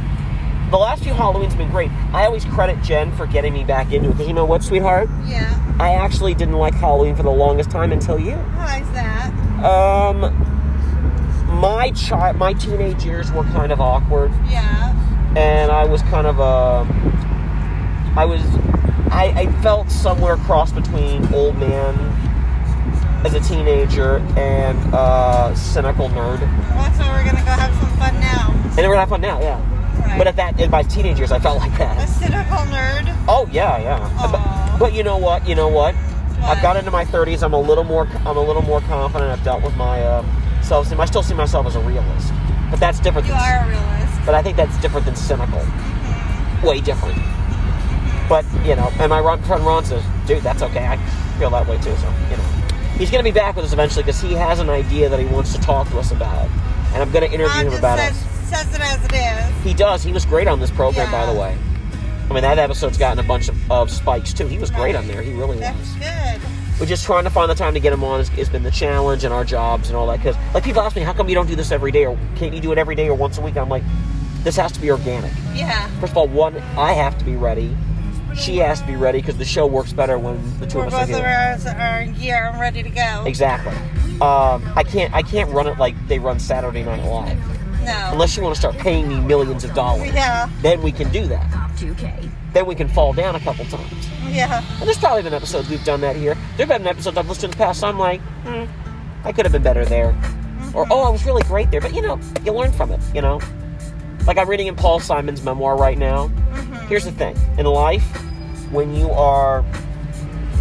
[SPEAKER 1] the last few Halloween's been great. I always credit Jen for getting me back into it because you know what, sweetheart,
[SPEAKER 2] Yeah.
[SPEAKER 1] I actually didn't like Halloween for the longest time until you.
[SPEAKER 2] How is that?
[SPEAKER 1] Um, my child, my teenage years were kind of awkward.
[SPEAKER 2] Yeah.
[SPEAKER 1] and I was kind of a, I was, I, I felt somewhere cross between old man as a teenager and uh, cynical nerd.
[SPEAKER 2] Well, so we're going to go have some fun now.
[SPEAKER 1] And we're gonna have fun now, yeah.
[SPEAKER 2] Right.
[SPEAKER 1] But at that, in my teenage years, I felt like
[SPEAKER 2] a
[SPEAKER 1] that.
[SPEAKER 2] cynical nerd.
[SPEAKER 1] Oh yeah, yeah.
[SPEAKER 2] Aw.
[SPEAKER 1] But, but you know what? You know what? I've
[SPEAKER 2] What?
[SPEAKER 1] got into my 30s. I'm a little more. I'm a little more confident. I've dealt with my uh, self-esteem. I still see myself as a realist, but that's different.
[SPEAKER 2] You
[SPEAKER 1] than,
[SPEAKER 2] are a realist.
[SPEAKER 1] But I think that's different than cynical.
[SPEAKER 2] Mm-hmm.
[SPEAKER 1] Way different. But, you know, and my Ron, friend Ron says, dude, that's okay. I feel that way too. So, you know. He's going to be back with us eventually because he has an idea that he wants to talk to us about. And I'm going to interview
[SPEAKER 2] Ron
[SPEAKER 1] him
[SPEAKER 2] just
[SPEAKER 1] about
[SPEAKER 2] says,
[SPEAKER 1] it.
[SPEAKER 2] says it as it is.
[SPEAKER 1] He does. He was great on this program, by
[SPEAKER 2] Yeah.
[SPEAKER 1] the way. I mean, that episode's gotten a bunch of, of spikes too. He was great on there. He really was.
[SPEAKER 2] That's good.
[SPEAKER 1] We're just trying to find the time to get him on. Has, has been the challenge and our jobs and all that. Because like people ask me, how come you don't do this every day, or can't you do it every day or once a week? I'm like, this has to be organic.
[SPEAKER 2] Yeah.
[SPEAKER 1] First of all, one, I have to be ready. She has to be ready because the show works better when the two
[SPEAKER 2] We're
[SPEAKER 1] of us are
[SPEAKER 2] both of
[SPEAKER 1] together.
[SPEAKER 2] ours are in gear and ready to go.
[SPEAKER 1] Exactly. Um, I can't. I can't run it like they run Saturday Night Live.
[SPEAKER 2] No. No.
[SPEAKER 1] Unless you want to start paying me millions of dollars,
[SPEAKER 2] Yeah.
[SPEAKER 1] then we can do that.
[SPEAKER 3] 2K.
[SPEAKER 1] Then we can fall down a couple times.
[SPEAKER 2] Yeah.
[SPEAKER 1] And there's probably been episodes we've done that here. There've been episodes I've listened to in the past. I'm like, hmm, I could have been better there, or oh, I was really great there. But you know, you learn from it. You know, like I'm reading in Paul Simon's memoir right now. Here's the thing: in life, when you are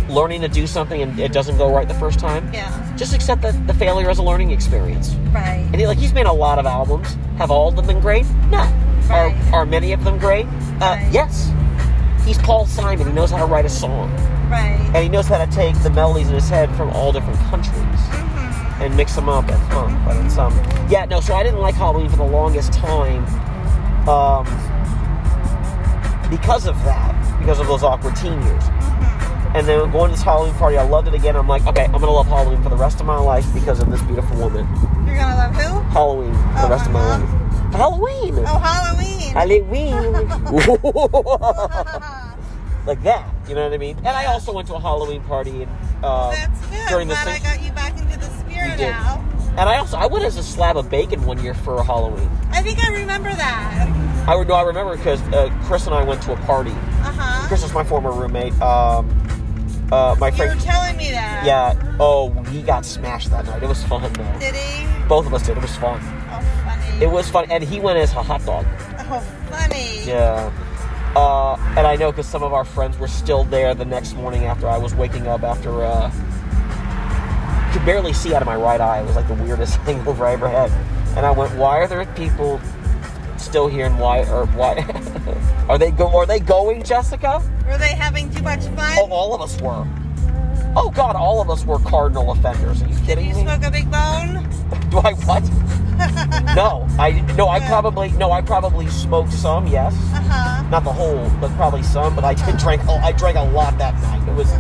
[SPEAKER 1] learning to do something and it doesn't go right the first time,
[SPEAKER 2] Yeah.
[SPEAKER 1] just accept that the failure as a learning experience.
[SPEAKER 2] Right.
[SPEAKER 1] And he, like he's made a lot of albums. Have all of them been great? No.
[SPEAKER 2] Right.
[SPEAKER 1] Are are many of them great? Uh,
[SPEAKER 2] Right.
[SPEAKER 1] Yes. He's Paul Simon. He knows how to write a song
[SPEAKER 2] Right.
[SPEAKER 1] and he knows how to take the melodies in his head from all different countries
[SPEAKER 2] Mm-hmm.
[SPEAKER 1] and mix them up and fun. But it's um, yeah, no. So I didn't like Halloween for the longest time, um, because of that, because of those awkward teen years.
[SPEAKER 2] Mm-hmm.
[SPEAKER 1] And then going to this Halloween party, I loved it again. I'm like, okay, I'm gonna love Halloween for the rest of my life because of this beautiful woman.
[SPEAKER 2] You're gonna love who?
[SPEAKER 1] Halloween for the
[SPEAKER 2] Oh,
[SPEAKER 1] rest of my
[SPEAKER 2] uh-huh.
[SPEAKER 1] life. Halloween.
[SPEAKER 2] Oh, Halloween.
[SPEAKER 1] Halloween. like that. You know what I mean? And I also went to a Halloween party in, uh,
[SPEAKER 2] That's good.
[SPEAKER 1] during the
[SPEAKER 2] Glad I
[SPEAKER 1] six-
[SPEAKER 2] got you back into the spirit
[SPEAKER 1] You did.
[SPEAKER 2] now.
[SPEAKER 1] And I also I went as a slab of bacon one year for Halloween.
[SPEAKER 2] I think I remember that.
[SPEAKER 1] I would- no, I remember because uh, Chris and I went to a party.
[SPEAKER 2] Uh huh.
[SPEAKER 1] Chris was my former roommate. Um, uh, my
[SPEAKER 2] You were
[SPEAKER 1] friend.
[SPEAKER 2] telling me that.
[SPEAKER 1] Yeah. Oh, he got smashed that night. It was fun though.
[SPEAKER 2] Did he?
[SPEAKER 1] Both of us did. It was fun.
[SPEAKER 2] Oh, funny.
[SPEAKER 1] It was fun, and he went as a hot dog.
[SPEAKER 2] Oh, funny.
[SPEAKER 1] Yeah. Uh, and I know because some of our friends were still there the next morning after I was waking up after uh, could barely see out of my right eye. It was like the weirdest hangover I ever had. And I went, why are there people still here and why or why are they go are they going, Jessica?
[SPEAKER 2] Were they having too much fun?
[SPEAKER 1] Oh, all of us were. Oh God, all of us were cardinal offenders. Are you kidding
[SPEAKER 2] you
[SPEAKER 1] me?
[SPEAKER 2] smoke a big bone?
[SPEAKER 1] Do I what? no, I no, I probably no, I probably smoked some. Yes.
[SPEAKER 2] Uh huh.
[SPEAKER 1] not the whole, but probably some. But I did drink. Oh, I drank a lot that night. It was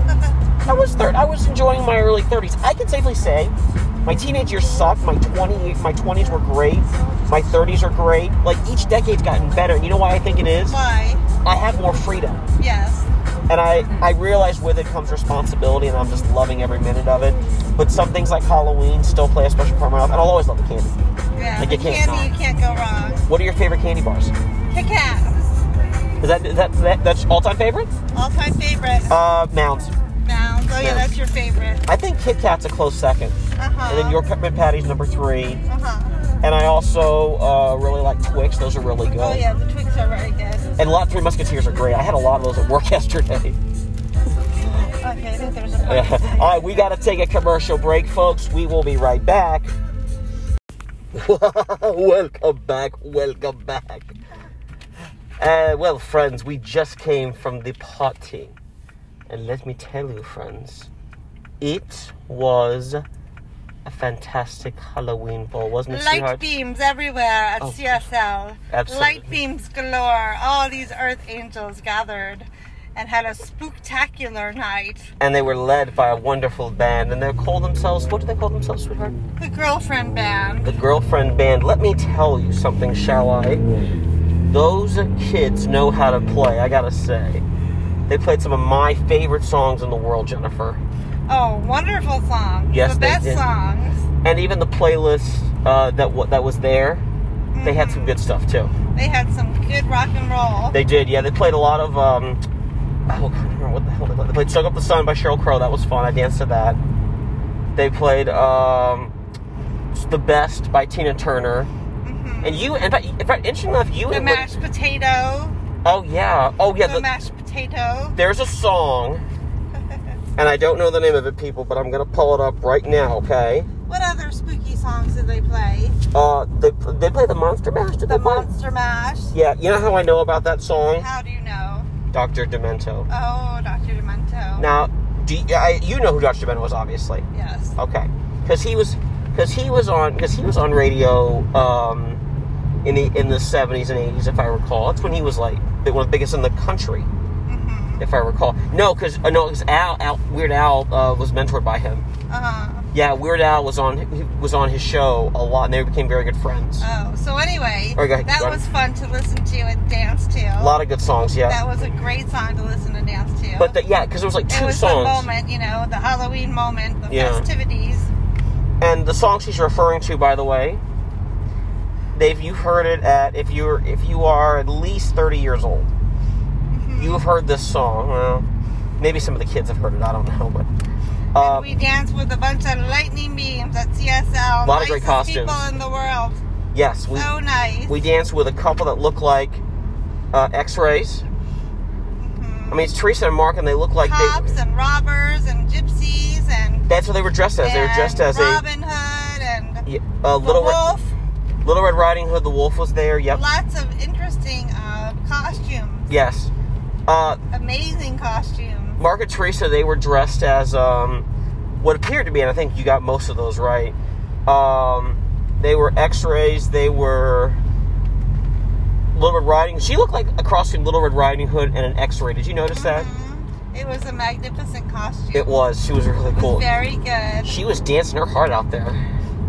[SPEAKER 1] I was third. I was enjoying my early thirties. I can safely say my teenage years sucked. My twenty my twenties were great. My thirties are great. Like each decade's gotten better. And you know why I think it is?
[SPEAKER 2] Why?
[SPEAKER 1] I have more freedom.
[SPEAKER 2] Yes.
[SPEAKER 1] And I, I realize with it comes responsibility, and I'm just loving every minute of it. But some things like Halloween still play a special part in my life, and I'll always love the candy.
[SPEAKER 2] Yeah.
[SPEAKER 1] Like, you
[SPEAKER 2] with
[SPEAKER 1] can't not.
[SPEAKER 2] candy, you can't go wrong.
[SPEAKER 1] What are your favorite candy bars?
[SPEAKER 2] Kit Kat,
[SPEAKER 1] Is that is that, that that's all time favorite?
[SPEAKER 2] all time favorite.
[SPEAKER 1] Uh, Mounds.
[SPEAKER 2] Mounds. Oh yeah,
[SPEAKER 1] Mounds.
[SPEAKER 2] that's your favorite.
[SPEAKER 1] I think Kit Kat's a close second.
[SPEAKER 2] Uh huh.
[SPEAKER 1] And then York Peppermint Patty's number three.
[SPEAKER 2] Uh huh.
[SPEAKER 1] And I also uh, really like Twix. Those are really good.
[SPEAKER 2] Oh yeah, the Twix are very good.
[SPEAKER 1] And a lot Three Musketeers are great. I had a lot of those at work yesterday.
[SPEAKER 2] Okay, I think there's a.
[SPEAKER 1] All right, we got to take a commercial break, folks. We will be right back. welcome back. Welcome back. Uh, well, friends, we just came from the party. And let me tell you, friends, it was a fantastic Halloween ball, wasn't it,
[SPEAKER 2] Light
[SPEAKER 1] sweetheart?
[SPEAKER 2] beams everywhere at
[SPEAKER 1] Oh,
[SPEAKER 2] CSL.
[SPEAKER 1] absolutely.
[SPEAKER 2] Light beams galore. All these earth angels gathered and had a spooktacular night.
[SPEAKER 1] and they were led by a wonderful band, and they call themselves what do they call themselves, sweetheart?
[SPEAKER 2] The girlfriend band.
[SPEAKER 1] The girlfriend band. Let me tell you something, shall I? Those kids know how to play. I gotta say, they played some of my favorite songs in the world, Jennifer,
[SPEAKER 2] Oh, wonderful song.
[SPEAKER 1] Yes,
[SPEAKER 2] the
[SPEAKER 1] they
[SPEAKER 2] best
[SPEAKER 1] did.
[SPEAKER 2] songs.
[SPEAKER 1] and even the playlist uh, that wa that was there. They had some good stuff too.
[SPEAKER 2] They had some good rock and roll.
[SPEAKER 1] They did, yeah. They played a lot of. Um, oh, I can't remember what the hell they played. They played "Soak Up the Sun" by Cheryl Crow. That was fun. I danced to that. They played um, "The Best" by Tina Turner. And you, in fact, in fact, interesting enough, you
[SPEAKER 2] the
[SPEAKER 1] and
[SPEAKER 2] mashed potato.
[SPEAKER 1] oh yeah, oh yeah.
[SPEAKER 2] the,
[SPEAKER 1] the-
[SPEAKER 2] mashed potato.
[SPEAKER 1] there's a song, and I don't know the name of it, people, but I'm gonna pull it up right now. Okay.
[SPEAKER 2] What other spooky songs did they play?
[SPEAKER 1] Uh, they they play the Monster Mash. Did
[SPEAKER 2] The
[SPEAKER 1] they play-
[SPEAKER 2] Monster Mash.
[SPEAKER 1] Yeah, you know how I know about that song,
[SPEAKER 2] How do you know?
[SPEAKER 1] Doctor Demento.
[SPEAKER 2] Oh, Dr. Demento.
[SPEAKER 1] Now, do you, I, you know who Dr. Demento was, obviously.
[SPEAKER 2] Yes.
[SPEAKER 1] Okay, because he was because he was on because he was on radio um, in the in the seventies and eighties, if I recall. That's when he was like the one of the biggest in the country,
[SPEAKER 2] Mm-hmm.
[SPEAKER 1] if I recall. No, because uh, no, because Al, Al Weird Al uh, was mentored by him.
[SPEAKER 2] Uh-huh.
[SPEAKER 1] Yeah, Weird Al was on he was on his show a lot, and they became very good friends.
[SPEAKER 2] Oh, so anyway,
[SPEAKER 1] Or go ahead,
[SPEAKER 2] that
[SPEAKER 1] go on.
[SPEAKER 2] was fun to listen to and dance to.
[SPEAKER 1] a lot of good songs, yeah.
[SPEAKER 2] that was a great song to listen and dance to.
[SPEAKER 1] but the, yeah, because there was like
[SPEAKER 2] it
[SPEAKER 1] two
[SPEAKER 2] was
[SPEAKER 1] songs.
[SPEAKER 2] the moment, you know, the Halloween moment, the
[SPEAKER 1] Yeah.
[SPEAKER 2] festivities.
[SPEAKER 1] And the song she's referring to, by the way, Dave, you heard it at if you're if you are at least thirty years old,
[SPEAKER 2] Mm-hmm.
[SPEAKER 1] you have heard this song. Well, maybe some of the kids have heard it. I don't know, but um,
[SPEAKER 2] we danced with a bunch of lightning beams at CSL.
[SPEAKER 1] Lot of great
[SPEAKER 2] Nicest
[SPEAKER 1] costumes.
[SPEAKER 2] People in the world.
[SPEAKER 1] yes, we
[SPEAKER 2] so nice.
[SPEAKER 1] we danced with a couple that look like uh, X-rays. I mean, it's Teresa and Mark, and they look like
[SPEAKER 2] Mm-hmm. Cops
[SPEAKER 1] they.
[SPEAKER 2] and robbers and gypsies and.
[SPEAKER 1] That's what they were dressed as. They were dressed
[SPEAKER 2] and
[SPEAKER 1] as a,
[SPEAKER 2] Robin Hood and.
[SPEAKER 1] yeah, a
[SPEAKER 2] the
[SPEAKER 1] little red,
[SPEAKER 2] wolf.
[SPEAKER 1] little Red Riding Hood. The wolf was there. Yep.
[SPEAKER 2] Lots of interesting uh, costumes.
[SPEAKER 1] Yes. Uh,
[SPEAKER 2] Amazing costumes.
[SPEAKER 1] Margaret Teresa, they were dressed as um, what appeared to be, and I think you got most of those right. Um, they were X-rays. They were Little Red Riding. She looked like a cross between Little Red Riding Hood and an X-ray. Did you notice that?
[SPEAKER 2] Mhm. It was a magnificent costume.
[SPEAKER 1] It was. She was really
[SPEAKER 2] It was
[SPEAKER 1] cool.
[SPEAKER 2] very good.
[SPEAKER 1] She was dancing her heart out there.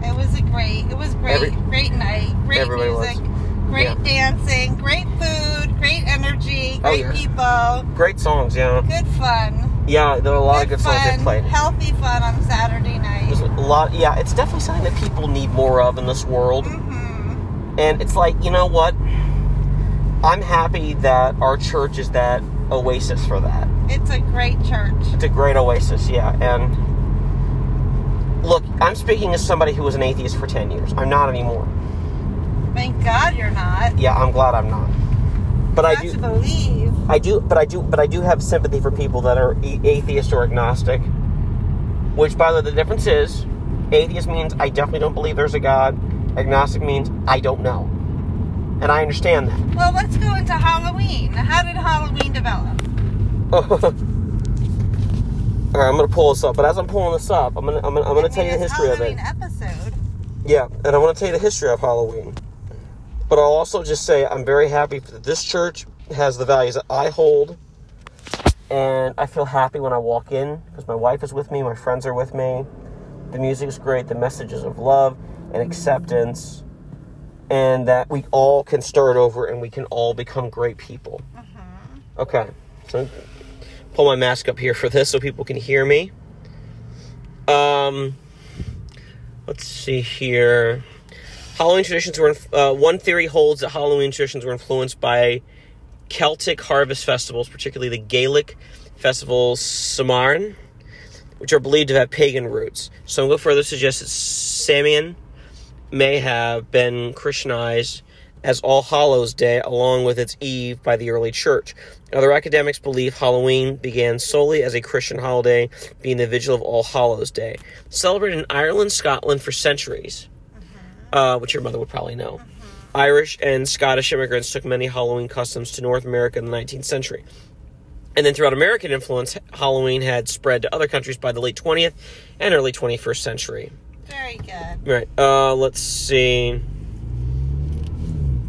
[SPEAKER 2] It was a great. It was great.
[SPEAKER 1] Every-
[SPEAKER 2] great night. Great
[SPEAKER 1] Everybody was.
[SPEAKER 2] music. Great
[SPEAKER 1] Yeah.
[SPEAKER 2] dancing. Great food. Great energy.
[SPEAKER 1] Oh,
[SPEAKER 2] Great
[SPEAKER 1] yeah.
[SPEAKER 2] people.
[SPEAKER 1] Great songs, yeah.
[SPEAKER 2] Good fun.
[SPEAKER 1] Yeah, there were a lot of good songs
[SPEAKER 2] fun.
[SPEAKER 1] they played.
[SPEAKER 2] Healthy fun on Saturday night.
[SPEAKER 1] There's a lot. Yeah, it's definitely something that people need more of in this world.
[SPEAKER 2] hmm
[SPEAKER 1] And it's like, you know what? I'm happy that our church is that oasis for that.
[SPEAKER 2] It's a great church.
[SPEAKER 1] It's a great oasis, yeah. And look, I'm speaking as somebody who was an atheist for 10 years. I'm not anymore.
[SPEAKER 2] Thank God you're not.
[SPEAKER 1] Yeah, I'm glad I'm not. But I
[SPEAKER 2] Not to
[SPEAKER 1] do
[SPEAKER 2] believe.
[SPEAKER 1] I do but I do but I do have sympathy for people that are a- atheist or agnostic. Which by the way, the difference is atheist means I definitely don't believe there's a god. Agnostic means I don't know. And I understand that.
[SPEAKER 2] Well, let's go into Halloween. How did Halloween develop?
[SPEAKER 1] Alright, I'm gonna pull this up, but as I'm pulling this up, I'm gonna I'm gonna, I'm gonna tell you the history
[SPEAKER 2] Halloween
[SPEAKER 1] of it.
[SPEAKER 2] episode.
[SPEAKER 1] Yeah, and I want to tell you the history of Halloween. But I'll also just say I'm very happy that this church has the values that I hold, and I feel happy when I walk in because my wife is with me, my friends are with me. The music is great, the messages of love and acceptance, and that we all can start over and we can all become great people. Okay, so pull my mask up here for this so people can hear me. Um, let's see here. Halloween traditions were inf- uh, one theory holds that Halloween traditions were influenced by Celtic harvest festivals, particularly the Gaelic festival Samarn, which are believed to have pagan roots. Some go further to suggest that Samian may have been Christianized as All Hallows Day along with its Eve by the early church. Other academics believe Halloween began solely as a Christian holiday, being the vigil of All Hallows Day, celebrated in Ireland, Scotland for centuries, uh, which your mother would probably know. Irish and Scottish immigrants took many Halloween customs to North America in the 19th century. And then throughout American influence, Halloween had spread to other countries by the late 20th and early 21st century.
[SPEAKER 2] Very good.
[SPEAKER 1] Right. Uh, let's see.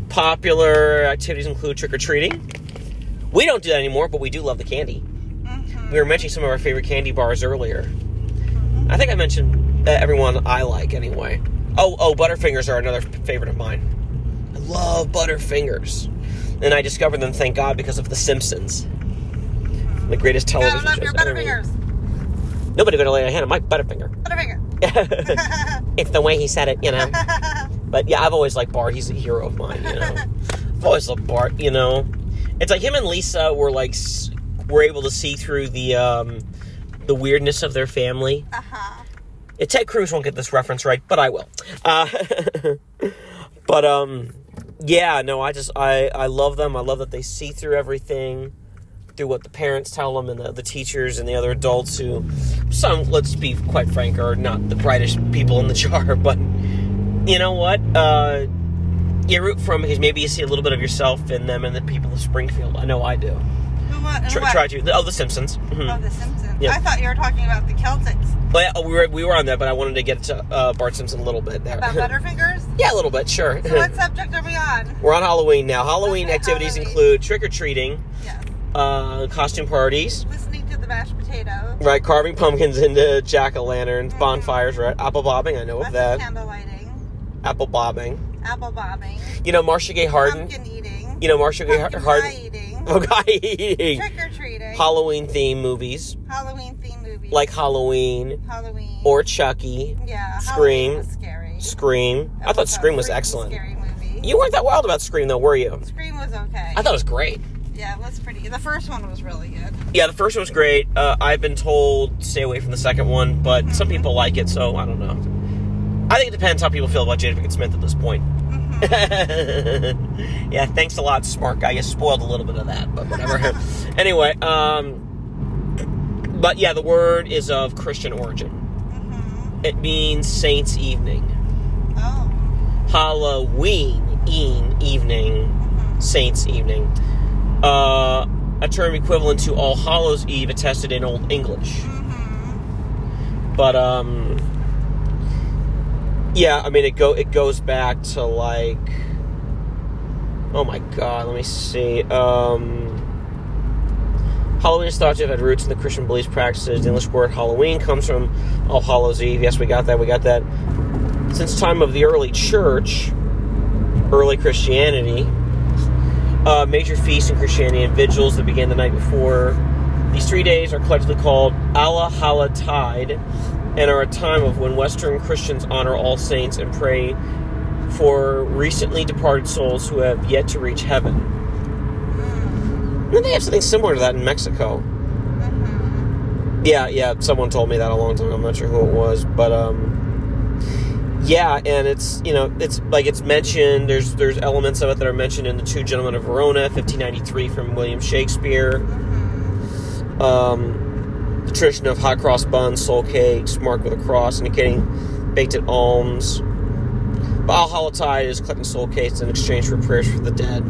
[SPEAKER 1] Popular activities include trick or treating. We don't do that anymore, but we do love the candy.
[SPEAKER 2] Mm-hmm.
[SPEAKER 1] We were mentioning some of our favorite candy bars earlier. I think I mentioned uh, everyone I like anyway. Oh, oh, Butterfingers are another f- favorite of mine. I love Butterfingers, and I discovered them, thank God, because of The Simpsons, the greatest
[SPEAKER 2] Mm-hmm. Gotta
[SPEAKER 1] television
[SPEAKER 2] love
[SPEAKER 1] show
[SPEAKER 2] your
[SPEAKER 1] ever. made.
[SPEAKER 2] Butterfingers.
[SPEAKER 1] Nobody better lay a hand on my Butterfinger.
[SPEAKER 2] Butterfinger.
[SPEAKER 1] it's the way he said it, you know. But yeah, I've always liked Bart. He's a hero of mine. You know, I've always loved Bart. You know, it's like him and Lisa were like s- were able to see through the um, the weirdness of their family.
[SPEAKER 2] uh huh.
[SPEAKER 1] Yeah, Ted Cruz won't get this reference right, but I will. Uh, but um, yeah, no, I just I I love them. I love that they see through everything, through what the parents tell them and the, the teachers and the other adults who, some let's be quite frank, are not the brightest people in the jar. But you know what? Uh, you root for them because maybe you see a little bit of yourself in them and the people of Springfield. I know I do.
[SPEAKER 2] Who won? and
[SPEAKER 1] Try,
[SPEAKER 2] what?
[SPEAKER 1] try to. Oh, The Simpsons. Mhm.
[SPEAKER 2] Oh, The Simpsons.
[SPEAKER 1] Yeah.
[SPEAKER 2] I thought you were talking about the Celtics.
[SPEAKER 1] Well, yeah, we were we were on that, but I wanted to get to uh, Bart Simpson a little bit there.
[SPEAKER 2] About Butterfingers?
[SPEAKER 1] yeah, a little bit, sure.
[SPEAKER 2] So what subject are we on?
[SPEAKER 1] we're on Halloween now. Halloween
[SPEAKER 2] Okay,
[SPEAKER 1] activities
[SPEAKER 2] Halloween.
[SPEAKER 1] include trick or treating,
[SPEAKER 2] Yes.
[SPEAKER 1] uh, costume parties,
[SPEAKER 2] Listening to the mashed potato.
[SPEAKER 1] right? Carving pumpkins into jack o' lanterns, bonfires, right? Apple bobbing, I know of
[SPEAKER 2] Lots
[SPEAKER 1] that.
[SPEAKER 2] of candle lighting.
[SPEAKER 1] Apple bobbing.
[SPEAKER 2] Apple bobbing.
[SPEAKER 1] You know, Marcia Gay Harden.
[SPEAKER 2] Pumpkin eating.
[SPEAKER 1] You know, Marcia Gay Har-
[SPEAKER 2] pumpkin pie
[SPEAKER 1] Harden.
[SPEAKER 2] eating.
[SPEAKER 1] Oh, guy eating.
[SPEAKER 2] Trick or treating.
[SPEAKER 1] Halloween themed movies
[SPEAKER 2] Halloween themed movies.
[SPEAKER 1] like Halloween
[SPEAKER 2] Halloween.
[SPEAKER 1] or Chucky,
[SPEAKER 2] yeah.
[SPEAKER 1] Scream.
[SPEAKER 2] Halloween was scary.
[SPEAKER 1] Scream. I
[SPEAKER 2] That
[SPEAKER 1] thought Scream
[SPEAKER 2] a
[SPEAKER 1] was
[SPEAKER 2] freaking
[SPEAKER 1] excellent.
[SPEAKER 2] Scary movie. movie.
[SPEAKER 1] You weren't that wild about Scream, though, were you?
[SPEAKER 2] Scream was okay.
[SPEAKER 1] I thought it was great.
[SPEAKER 2] yeah, it was pretty. The first one was really good.
[SPEAKER 1] Yeah, the first one was great. Uh, I've been told stay away from the second one, but some people like it, so I don't know. I think it depends how people feel about Jada Pinkett Smith at this point. yeah, thanks a lot, smart guy. You spoiled a little bit of that, but whatever. anyway, um, but yeah, the word is of Christian origin.
[SPEAKER 2] hmm
[SPEAKER 1] It means saints' evening,
[SPEAKER 2] Oh.
[SPEAKER 1] Halloween een evening,
[SPEAKER 2] Mhm.
[SPEAKER 1] Saints' Evening, uh, a term equivalent to All Hallows' Eve attested in Old English.
[SPEAKER 2] Mhm.
[SPEAKER 1] But um, yeah, I mean it go it goes back to like, oh my God, let me see. Um, Halloween is thought to have had roots in the Christian beliefs practices. The English word Halloween comes from All Hallows' Eve. Yes, we got that. We got that. Since time of the early church, early Christianity, uh, major feasts in Christianity and vigils that began the night before. These three days are collectively called Allah Hala Tide and are a time of when Western Christians honor all saints and pray for recently departed souls who have yet to reach heaven. Then they have something similar to that in Mexico.
[SPEAKER 2] Mhm.
[SPEAKER 1] Yeah, yeah. Someone told me that a long time. ago. I'm not sure who it was, but um, yeah. And it's you know it's like it's mentioned. There's there's elements of it that are mentioned in the Two Gentlemen of Verona, 1593, from William Shakespeare. Um, the tradition of hot cross buns, soul cakes, marked with a cross, indicating baked at alms. Baal Holotai is collecting soul cakes in exchange for prayers for the dead.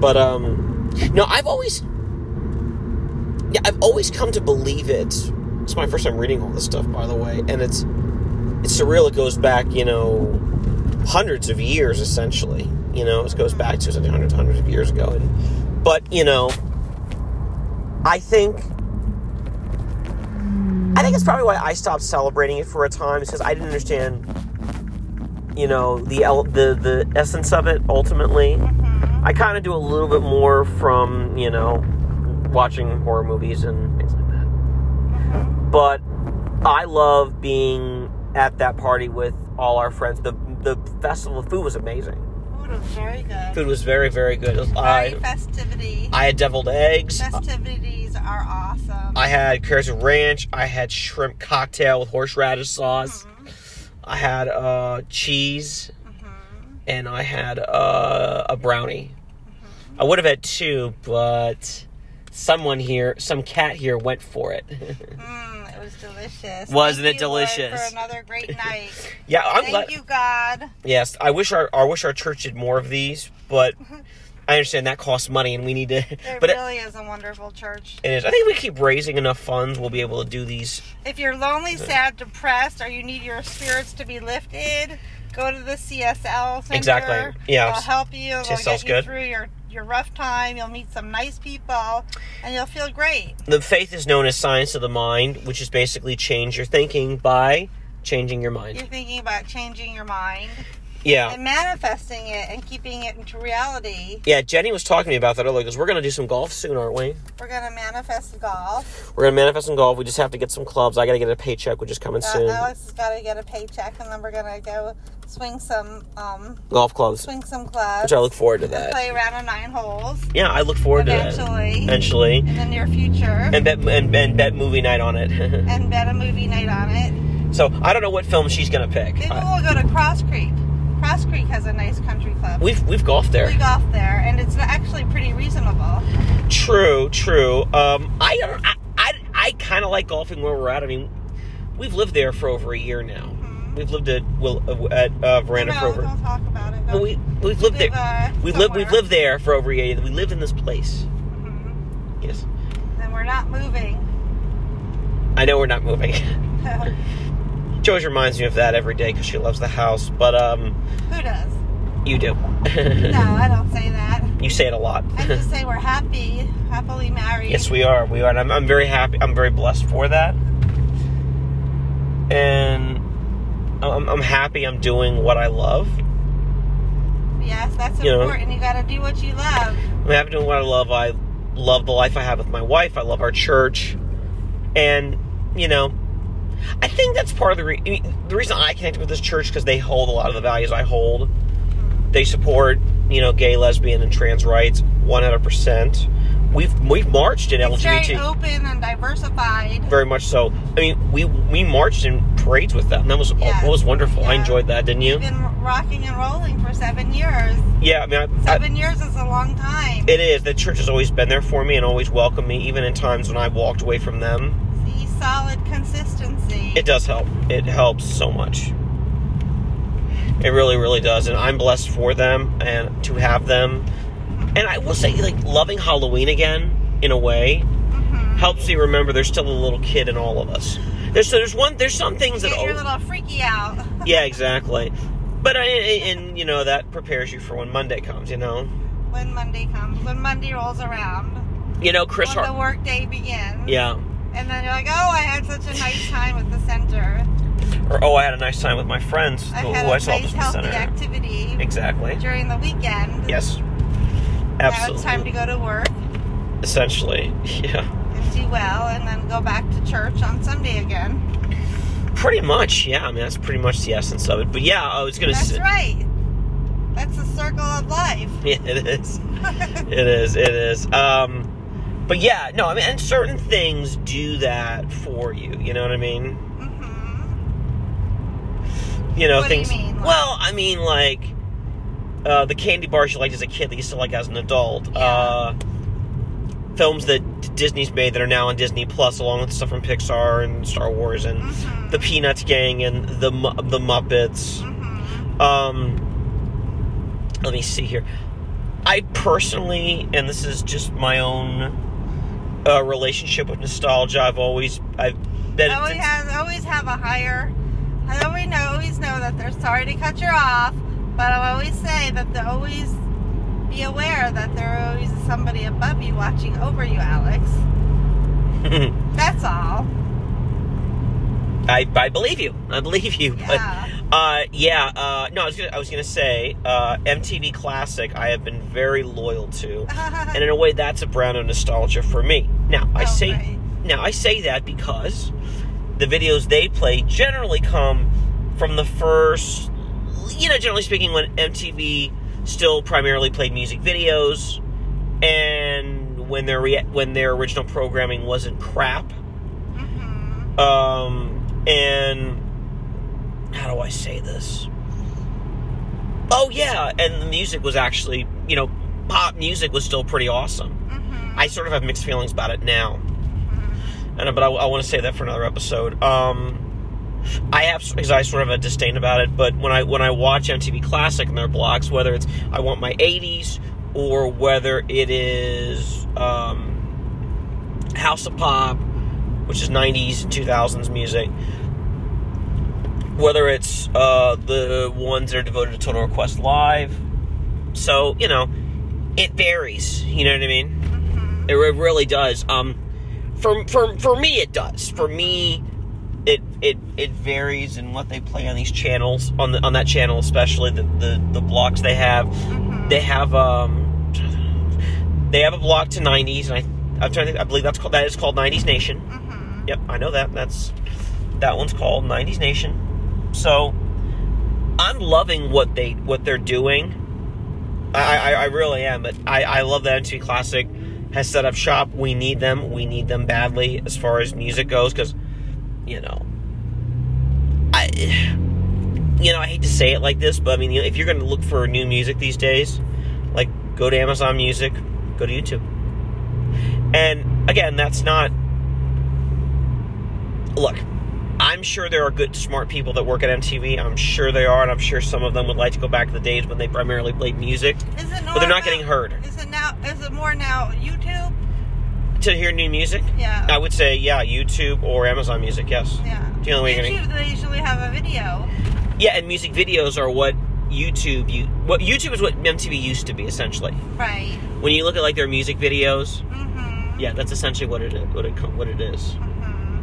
[SPEAKER 1] But um, no, I've always yeah, I've always come to believe it. It's my first time reading all this stuff, by the way, and it's it's surreal. It goes back, you know, hundreds of years, essentially. You know, it goes back to something hundreds, hundreds of years ago. And but you know, I think I think it's probably why I stopped celebrating it for a time, because I didn't understand, you know, the el- the the essence of it ultimately. I kind of do a little bit more from, you know, watching horror movies and things like that. But I love being at that party with all our friends. The the festival food was amazing.
[SPEAKER 2] Food was very good.
[SPEAKER 1] Food was very very good. It was-
[SPEAKER 2] Very
[SPEAKER 1] I
[SPEAKER 2] festivity.
[SPEAKER 1] I had deviled eggs.
[SPEAKER 2] Festivities are awesome.
[SPEAKER 1] I had carrots and ranch. I had shrimp cocktail with horseradish sauce.
[SPEAKER 2] Mm-hmm.
[SPEAKER 1] I had uh, cheese, and I had uh, a brownie.
[SPEAKER 2] Mm-hmm.
[SPEAKER 1] I would have had two, but someone here, some cat here, went for it.
[SPEAKER 2] Mm, it was delicious.
[SPEAKER 1] Wasn't
[SPEAKER 2] Thank
[SPEAKER 1] it
[SPEAKER 2] you, Lord,
[SPEAKER 1] delicious?
[SPEAKER 2] for another great night.
[SPEAKER 1] yeah, I'm
[SPEAKER 2] Thank
[SPEAKER 1] glad.
[SPEAKER 2] you, God.
[SPEAKER 1] Yes, I wish our I wish our church did more of these, but I understand that costs money, and we need to.
[SPEAKER 2] It
[SPEAKER 1] but it-
[SPEAKER 2] really is a wonderful church.
[SPEAKER 1] it is. I think we keep raising enough funds, we'll be able to do these.
[SPEAKER 2] If you're lonely, sad, depressed, or you need your spirits to be lifted, go to the CSL Center.
[SPEAKER 1] Exactly. Yeah.
[SPEAKER 2] They'll help you. They'll
[SPEAKER 1] CSL's
[SPEAKER 2] get you
[SPEAKER 1] good.
[SPEAKER 2] through your, your rough time. You'll meet some nice people, and you'll feel great.
[SPEAKER 1] The faith is known as science of the mind, which is basically change your thinking by changing your mind.
[SPEAKER 2] You're thinking about changing your mind
[SPEAKER 1] Yeah.
[SPEAKER 2] and manifesting it and keeping it into reality.
[SPEAKER 1] Yeah, Jenny was talking to me about that earlier because we're going to do some golf soon, aren't we?
[SPEAKER 2] We're gonna manifest golf.
[SPEAKER 1] We're going to manifest some golf. We just have to get some clubs. I got to get a paycheck, which is coming
[SPEAKER 2] Uh,
[SPEAKER 1] soon.
[SPEAKER 2] Alex has got to get a paycheck, and then we're gonna go swing some um,
[SPEAKER 1] golf clubs,
[SPEAKER 2] swing some clubs,
[SPEAKER 1] which I look forward to that.
[SPEAKER 2] play around on nine holes
[SPEAKER 1] Yeah, I look forward to that.
[SPEAKER 2] eventually
[SPEAKER 1] Eventually.
[SPEAKER 2] in the near future,
[SPEAKER 1] And bet, and, and bet movie night on it.
[SPEAKER 2] and bet a movie night on it.
[SPEAKER 1] so I don't know what film she's going to pick.
[SPEAKER 2] Maybe
[SPEAKER 1] I-
[SPEAKER 2] we'll go to Cross Creek. Cross Creek has a nice country club.
[SPEAKER 1] we've, we've golfed there.
[SPEAKER 2] we golf there, and it's actually pretty reasonable.
[SPEAKER 1] True, true. Um, I don't. I, I, I kind of like golfing where we're at. I mean, we've lived there for over a year now. We've lived at Will at uh, Veranda
[SPEAKER 2] no,
[SPEAKER 1] for over.
[SPEAKER 2] Mm-hmm. don't talk about it.
[SPEAKER 1] Well, we we've lived
[SPEAKER 2] We've,
[SPEAKER 1] there.
[SPEAKER 2] uh,
[SPEAKER 1] we live we've
[SPEAKER 2] somewhere.
[SPEAKER 1] lived there for over a year. We live in this place.
[SPEAKER 2] Mhm.
[SPEAKER 1] Yes,
[SPEAKER 2] Then we're not moving.
[SPEAKER 1] I know we're not moving. She always reminds me of that every day because she loves the house. But um,
[SPEAKER 2] Who does?
[SPEAKER 1] you do.
[SPEAKER 2] No, I don't say that.
[SPEAKER 1] you say it a lot.
[SPEAKER 2] I just say we're happy, happily married.
[SPEAKER 1] yes, we are. We are. And I'm I'm very happy. I'm very blessed for that. And I'm I'm happy. I'm doing what I love.
[SPEAKER 2] Yes, that's
[SPEAKER 1] You know.
[SPEAKER 2] important. You gotta do what you love.
[SPEAKER 1] I'm happy doing what I love. I love the life I have with my wife. I love our church, and you know, I think that's part of the re- I mean, the reason I connected with this church because they hold a lot of the values I hold. They support, you know, gay, lesbian, and trans rights 100%. We've we've marched in
[SPEAKER 2] It's
[SPEAKER 1] LGBT.
[SPEAKER 2] very open and diversified.
[SPEAKER 1] very much so. I mean, we we marched in parades with them. That was
[SPEAKER 2] Yeah.
[SPEAKER 1] that was wonderful. I
[SPEAKER 2] Yeah.
[SPEAKER 1] enjoyed that, didn't you?
[SPEAKER 2] We've been rocking and rolling for seven years.
[SPEAKER 1] Yeah, I mean, I, I,
[SPEAKER 2] Seven years is a long time.
[SPEAKER 1] it is. The church has always been there for me and always welcomed me, even in times when I walked away from them.
[SPEAKER 2] See, solid consistency.
[SPEAKER 1] It does help. It helps so much. It really, really does, and I'm blessed for them and to have them. And I will say, like loving Halloween again, in a way,
[SPEAKER 2] Mhm.
[SPEAKER 1] helps me remember there's still a little kid in all of us. There's so there's one there's some things that
[SPEAKER 2] Get your
[SPEAKER 1] al-
[SPEAKER 2] little freaky out.
[SPEAKER 1] yeah, exactly. But I, I- and you know that prepares you for when Monday comes. You know,
[SPEAKER 2] when Monday comes, when Monday rolls around,
[SPEAKER 1] you know Chris.
[SPEAKER 2] when
[SPEAKER 1] Har-
[SPEAKER 2] the work day begins.
[SPEAKER 1] yeah.
[SPEAKER 2] And then you're like, oh, I had such a nice time with the center.
[SPEAKER 1] Or oh, I had a nice time with my friends
[SPEAKER 2] I
[SPEAKER 1] who
[SPEAKER 2] had
[SPEAKER 1] who Oh, I
[SPEAKER 2] a
[SPEAKER 1] saw
[SPEAKER 2] nice,
[SPEAKER 1] this in the
[SPEAKER 2] healthy
[SPEAKER 1] center.
[SPEAKER 2] activity
[SPEAKER 1] Exactly.
[SPEAKER 2] during the weekend.
[SPEAKER 1] Yes.
[SPEAKER 2] Now
[SPEAKER 1] Absolutely.
[SPEAKER 2] it's time to go to work
[SPEAKER 1] Essentially, yeah.
[SPEAKER 2] and do well, and then go back to church on Sunday again.
[SPEAKER 1] Pretty much, yeah. I mean, that's pretty much the essence of it. But yeah, I was gonna.
[SPEAKER 2] That's
[SPEAKER 1] say,
[SPEAKER 2] right. That's the circle of life. Mm-hmm,
[SPEAKER 1] Yeah, it is. it is. It is. Um, but yeah, no. I mean, and certain things do that for you. You know what I mean?
[SPEAKER 2] hmm
[SPEAKER 1] you know
[SPEAKER 2] What do you
[SPEAKER 1] things.
[SPEAKER 2] mean, like-
[SPEAKER 1] well, I mean like uh, the candy bars you liked as a kid that you still like as an adult.
[SPEAKER 2] Yeah.
[SPEAKER 1] Uh, films that D- Disney's made that are now on Disney Plus, along with stuff from Pixar and Star Wars and
[SPEAKER 2] Mhm.
[SPEAKER 1] the Peanuts Gang and the Mu- the Muppets.
[SPEAKER 2] hmm
[SPEAKER 1] Um, let me see here. I personally, and this is just my own uh, relationship with nostalgia. I've always I've been.
[SPEAKER 2] I always have, always have a higher. I always know, always know that they're sorry to cut you off, but I always say that they always be aware that there always is somebody above you watching over you, Alex. That's all.
[SPEAKER 1] I, I believe you. I believe you.
[SPEAKER 2] Yeah.
[SPEAKER 1] But uh, yeah. Uh, no, I was gonna, I was gonna say uh, MTV Classic. I have been very loyal to, and in a way, that's a brand of nostalgia for me. Now I
[SPEAKER 2] Oh,
[SPEAKER 1] say
[SPEAKER 2] right.
[SPEAKER 1] now I say that because the videos they play generally come from the first, you know, generally speaking, when MTV still primarily played music videos, and when their rea- when their original programming wasn't crap
[SPEAKER 2] Mhm.
[SPEAKER 1] um, and how do I say this? Oh yeah, and the music was actually, you know, pop music was still pretty awesome.
[SPEAKER 2] Mhm.
[SPEAKER 1] I sort of have mixed feelings about it now, and but I, want to say that for another episode. Um, I have because I sort of have a disdain about it, but when I when I watch MTV Classic and their blocks, whether it's I want my '80s or whether it is um, House of Pop, which is '90s and 2000s music, whether it's uh, the ones that are devoted to Total Request Live. So you know, it varies. You know what I mean? It re- really does. Um, for for for me, it does. For me, it it it varies in what they play on these channels on the on that channel, especially the the, the blocks they have. They have um, they have a block to '90s, and I I'm trying to think, I believe that's called that is called '90s Nation.
[SPEAKER 2] Mhm.
[SPEAKER 1] Yep, I know that. That's that one's called '90s Nation. So I'm loving what they what they're doing. I I, I really am. But I I love that MTV Classic has set up shop. We need them. We need them badly as far as music goes because you know I you know I hate to say it like this, but I mean you know, if you're going to look for new music these days, like go to Amazon Music, go to YouTube, and again that's not look, I'm sure there are good, smart people that work at MTV. I'm sure they are, and I'm sure some of them would like to go back to the days when they primarily played music.
[SPEAKER 2] Is
[SPEAKER 1] But
[SPEAKER 2] it
[SPEAKER 1] they're
[SPEAKER 2] more
[SPEAKER 1] not getting
[SPEAKER 2] now-
[SPEAKER 1] heard.
[SPEAKER 2] Is it now? Is it more now YouTube?
[SPEAKER 1] To hear new music,
[SPEAKER 2] Yeah.
[SPEAKER 1] I would say, yeah, YouTube or Amazon Music, yes.
[SPEAKER 2] yeah.
[SPEAKER 1] the only way you're
[SPEAKER 2] YouTube, they usually have a video.
[SPEAKER 1] Yeah, and music videos are what YouTube, you, what YouTube is what MTV used to be, essentially.
[SPEAKER 2] Right.
[SPEAKER 1] When you look at like their music videos,
[SPEAKER 2] Mm-hmm.
[SPEAKER 1] yeah, that's essentially what it is, what it, co- what it is.
[SPEAKER 2] Mm-hmm.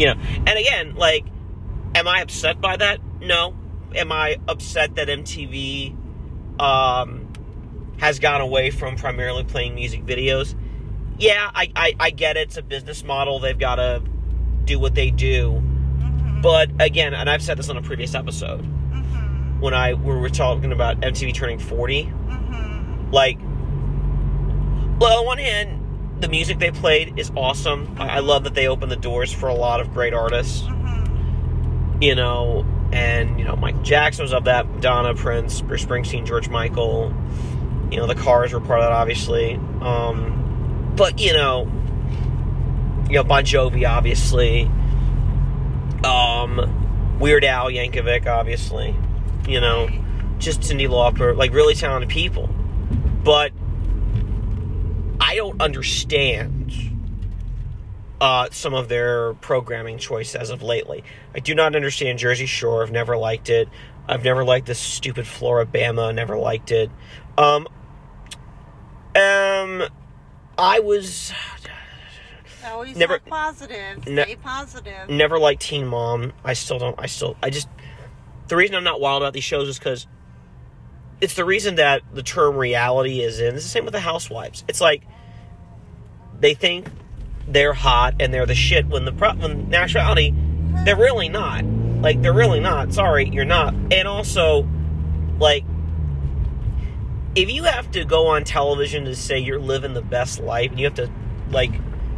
[SPEAKER 1] You know, and again, like, am I upset by that? No. Am I upset that MTV um, has gone away from primarily playing music videos? Yeah, I, I, I get it. It's a business model. They've got to do what they do.
[SPEAKER 2] Mm-hmm.
[SPEAKER 1] But again, and I've said this on a previous episode,
[SPEAKER 2] Mm-hmm.
[SPEAKER 1] when I when we were talking about MTV turning 40.
[SPEAKER 2] Mm-hmm.
[SPEAKER 1] Like, well, on one hand, the music they played is awesome. I, I love that they opened the doors for a lot of great artists.
[SPEAKER 2] Mm-hmm.
[SPEAKER 1] You know, and you know, Michael Jackson was of that. Donna, Prince, Bruce Springsteen, George Michael. You know, the Cars were part of that, obviously. Um, but you know, you know, Bon Jovi, obviously. Um, Weird Al Yankovic, obviously. You know just Cindy Lauper, like really talented people. But I don't understand uh, some of their programming choice as of lately. I do not understand Jersey Shore. I've never liked it. I've never liked this stupid Florabama. Never liked it. Um, um, I was
[SPEAKER 2] Always
[SPEAKER 1] Never-
[SPEAKER 2] Never,
[SPEAKER 1] Ne-
[SPEAKER 2] positive.
[SPEAKER 1] Mm-hmm.
[SPEAKER 2] Stay positive.
[SPEAKER 1] never liked Teen Mom. I still don't. I still. I just. The reason I'm not wild about these shows is because it's the reason that the term reality is in. It's the same with the Housewives. It's like they think they're hot and they're the shit when the pro- when in actuality they're really not. Like they're really not. Sorry, you're not. And also, like. If you have to go on television to say you're living the best life, and you have to, like,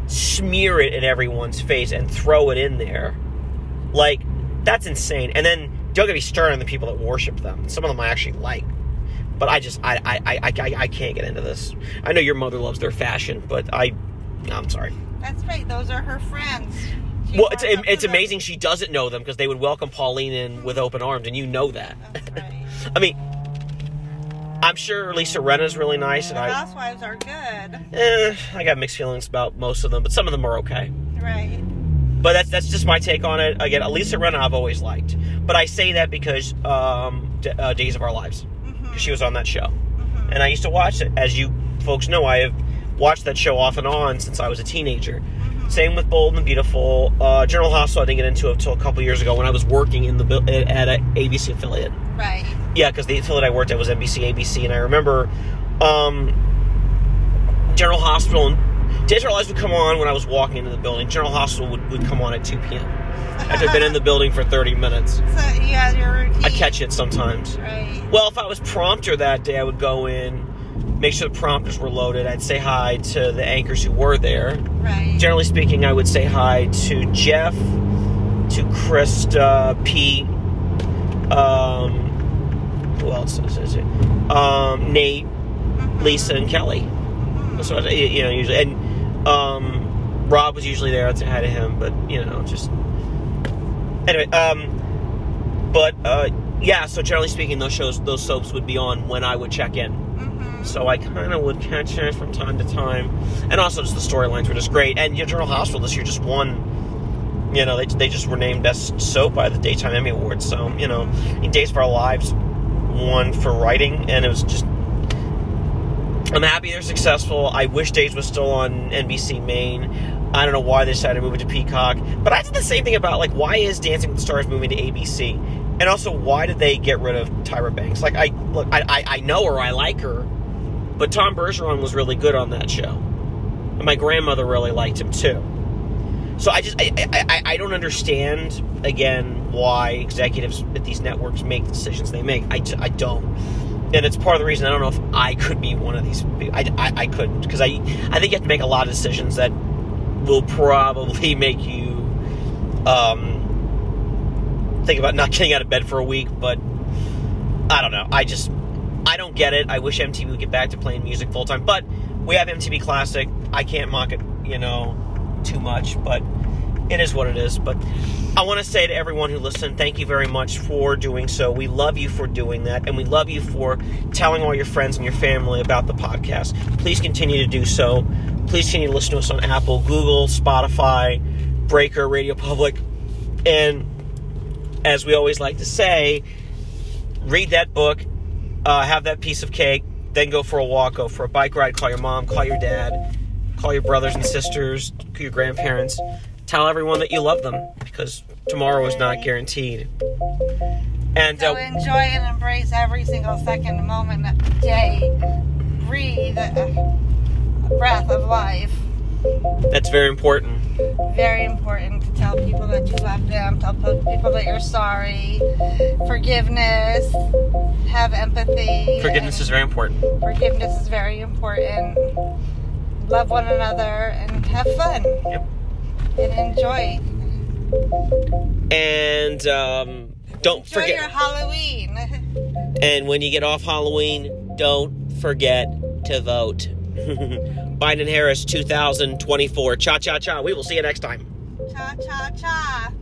[SPEAKER 1] smear it in everyone's face and throw it in there. Like, that's insane. And then don't get me started on the people that worship them. Some of them I actually like. But I just I I, I, I I can't get into this. I know your mother loves their fashion, but I I'm sorry.
[SPEAKER 2] That's right. Those are her friends. She
[SPEAKER 1] Well, it's
[SPEAKER 2] grows up
[SPEAKER 1] it's
[SPEAKER 2] with them.
[SPEAKER 1] amazing she doesn't know them because they would welcome Pauline in with open arms, and you know that.
[SPEAKER 2] That's right.
[SPEAKER 1] I mean, I'm sure Lisa Renna's really nice, and
[SPEAKER 2] The
[SPEAKER 1] I
[SPEAKER 2] housewives are good.
[SPEAKER 1] eh, I got mixed feelings about most of them, but some of them are okay.
[SPEAKER 2] Right.
[SPEAKER 1] But that's that's just my take on it. Again, Elisa Renna I've always liked, but I say that because um, D- uh, Days of Our Lives,
[SPEAKER 2] Mm-hmm.
[SPEAKER 1] 'cause she was on that show,
[SPEAKER 2] Mhm.
[SPEAKER 1] and I used to watch it. As you folks know, I have watched that show off and on since I was a teenager. Same with Bold and Beautiful. Uh, General Hospital I didn't get into until a couple years ago when I was working in the bu- at an ABC affiliate.
[SPEAKER 2] Right.
[SPEAKER 1] Yeah, because the affiliate I worked at was NBC, ABC, and I remember um, General Hospital and Days of Our Lives would come on when I was walking into the building. General Hospital would, would come on at 2 p.m. After I'd been in the building for 30 minutes.
[SPEAKER 2] So you have your routine.
[SPEAKER 1] I catch it sometimes.
[SPEAKER 2] Right.
[SPEAKER 1] Well, if I was prompter that day, I would go in, make sure the prompters were loaded. I'd say hi to the anchors who were there.
[SPEAKER 2] Right.
[SPEAKER 1] Generally speaking, I would say hi to Jeff, to Krista, Pete, um, who else is, is it? Um, Nate,
[SPEAKER 2] Mhm.
[SPEAKER 1] Lisa, and Kelly.
[SPEAKER 2] Mhm.
[SPEAKER 1] So I- you know, usually, and um, Rob was usually there. I'd say hi to him, but you know, just anyway. Um, but uh, yeah, so generally speaking, those shows, those soaps would be on when I would check in
[SPEAKER 2] Mhm.
[SPEAKER 1] so I kind of would catch it from time to time. And also, just the storylines were just great. And your General Hospital this year just won. You know, they, they just were named best soap by the Daytime Emmy Awards. So you know, Days of Our Lives won for writing, and it was just. I'm happy they're successful. I wish Days was still on NBC Maine. I don't know why they decided to move it to Peacock. But I did the same thing about like why is Dancing with the Stars moving to ABC, and also why did they get rid of Tyra Banks? Like I look, I I, I know her, I like her, but Tom Bergeron was really good on that show. And my grandmother really liked him too. So I just I, I, I- I don't understand again why executives at these networks make the decisions they make. I, ju- I don't, and it's part of the reason I don't know if I could be one of these. pe- I, I, I couldn't because I I think you have to make a lot of decisions that will probably make you um, think about not getting out of bed for a week. But I don't know. I just I don't get it. I wish MTV would get back to playing music full time. But we have MTV Classic. I can't mock it, you know, too much, but it is what it is. But I want to say to everyone who listened, thank you very much for doing so. We love you for doing that, and we love you for telling all your friends and your family about the podcast. Please continue to do so. Please continue to listen to us on Apple, Google, Spotify, Breaker, Radio Public, and as we always like to say, read that book, uh, have that piece of cake, then go for a walk, go for a bike ride, call your mom, call your dad, call your brothers and sisters, your grandparents. Tell everyone that you love them because tomorrow is not guaranteed. And
[SPEAKER 2] So
[SPEAKER 1] uh,
[SPEAKER 2] enjoy and embrace every single second, moment, day. Breathe a breath of life.
[SPEAKER 1] that's very important.
[SPEAKER 2] Very important to tell Tell people that you love them. Tell po- people that you're sorry. Forgiveness. Have empathy.
[SPEAKER 1] Forgiveness is very important.
[SPEAKER 2] forgiveness is very important. Love one another and have fun.
[SPEAKER 1] Yep.
[SPEAKER 2] And enjoy.
[SPEAKER 1] And um, don't
[SPEAKER 2] Enjoy
[SPEAKER 1] forget.
[SPEAKER 2] your Halloween.
[SPEAKER 1] And when you get off Halloween, don't forget to vote. Biden Harris 2024. Cha cha cha. We will see you next time.
[SPEAKER 2] cha cha cha.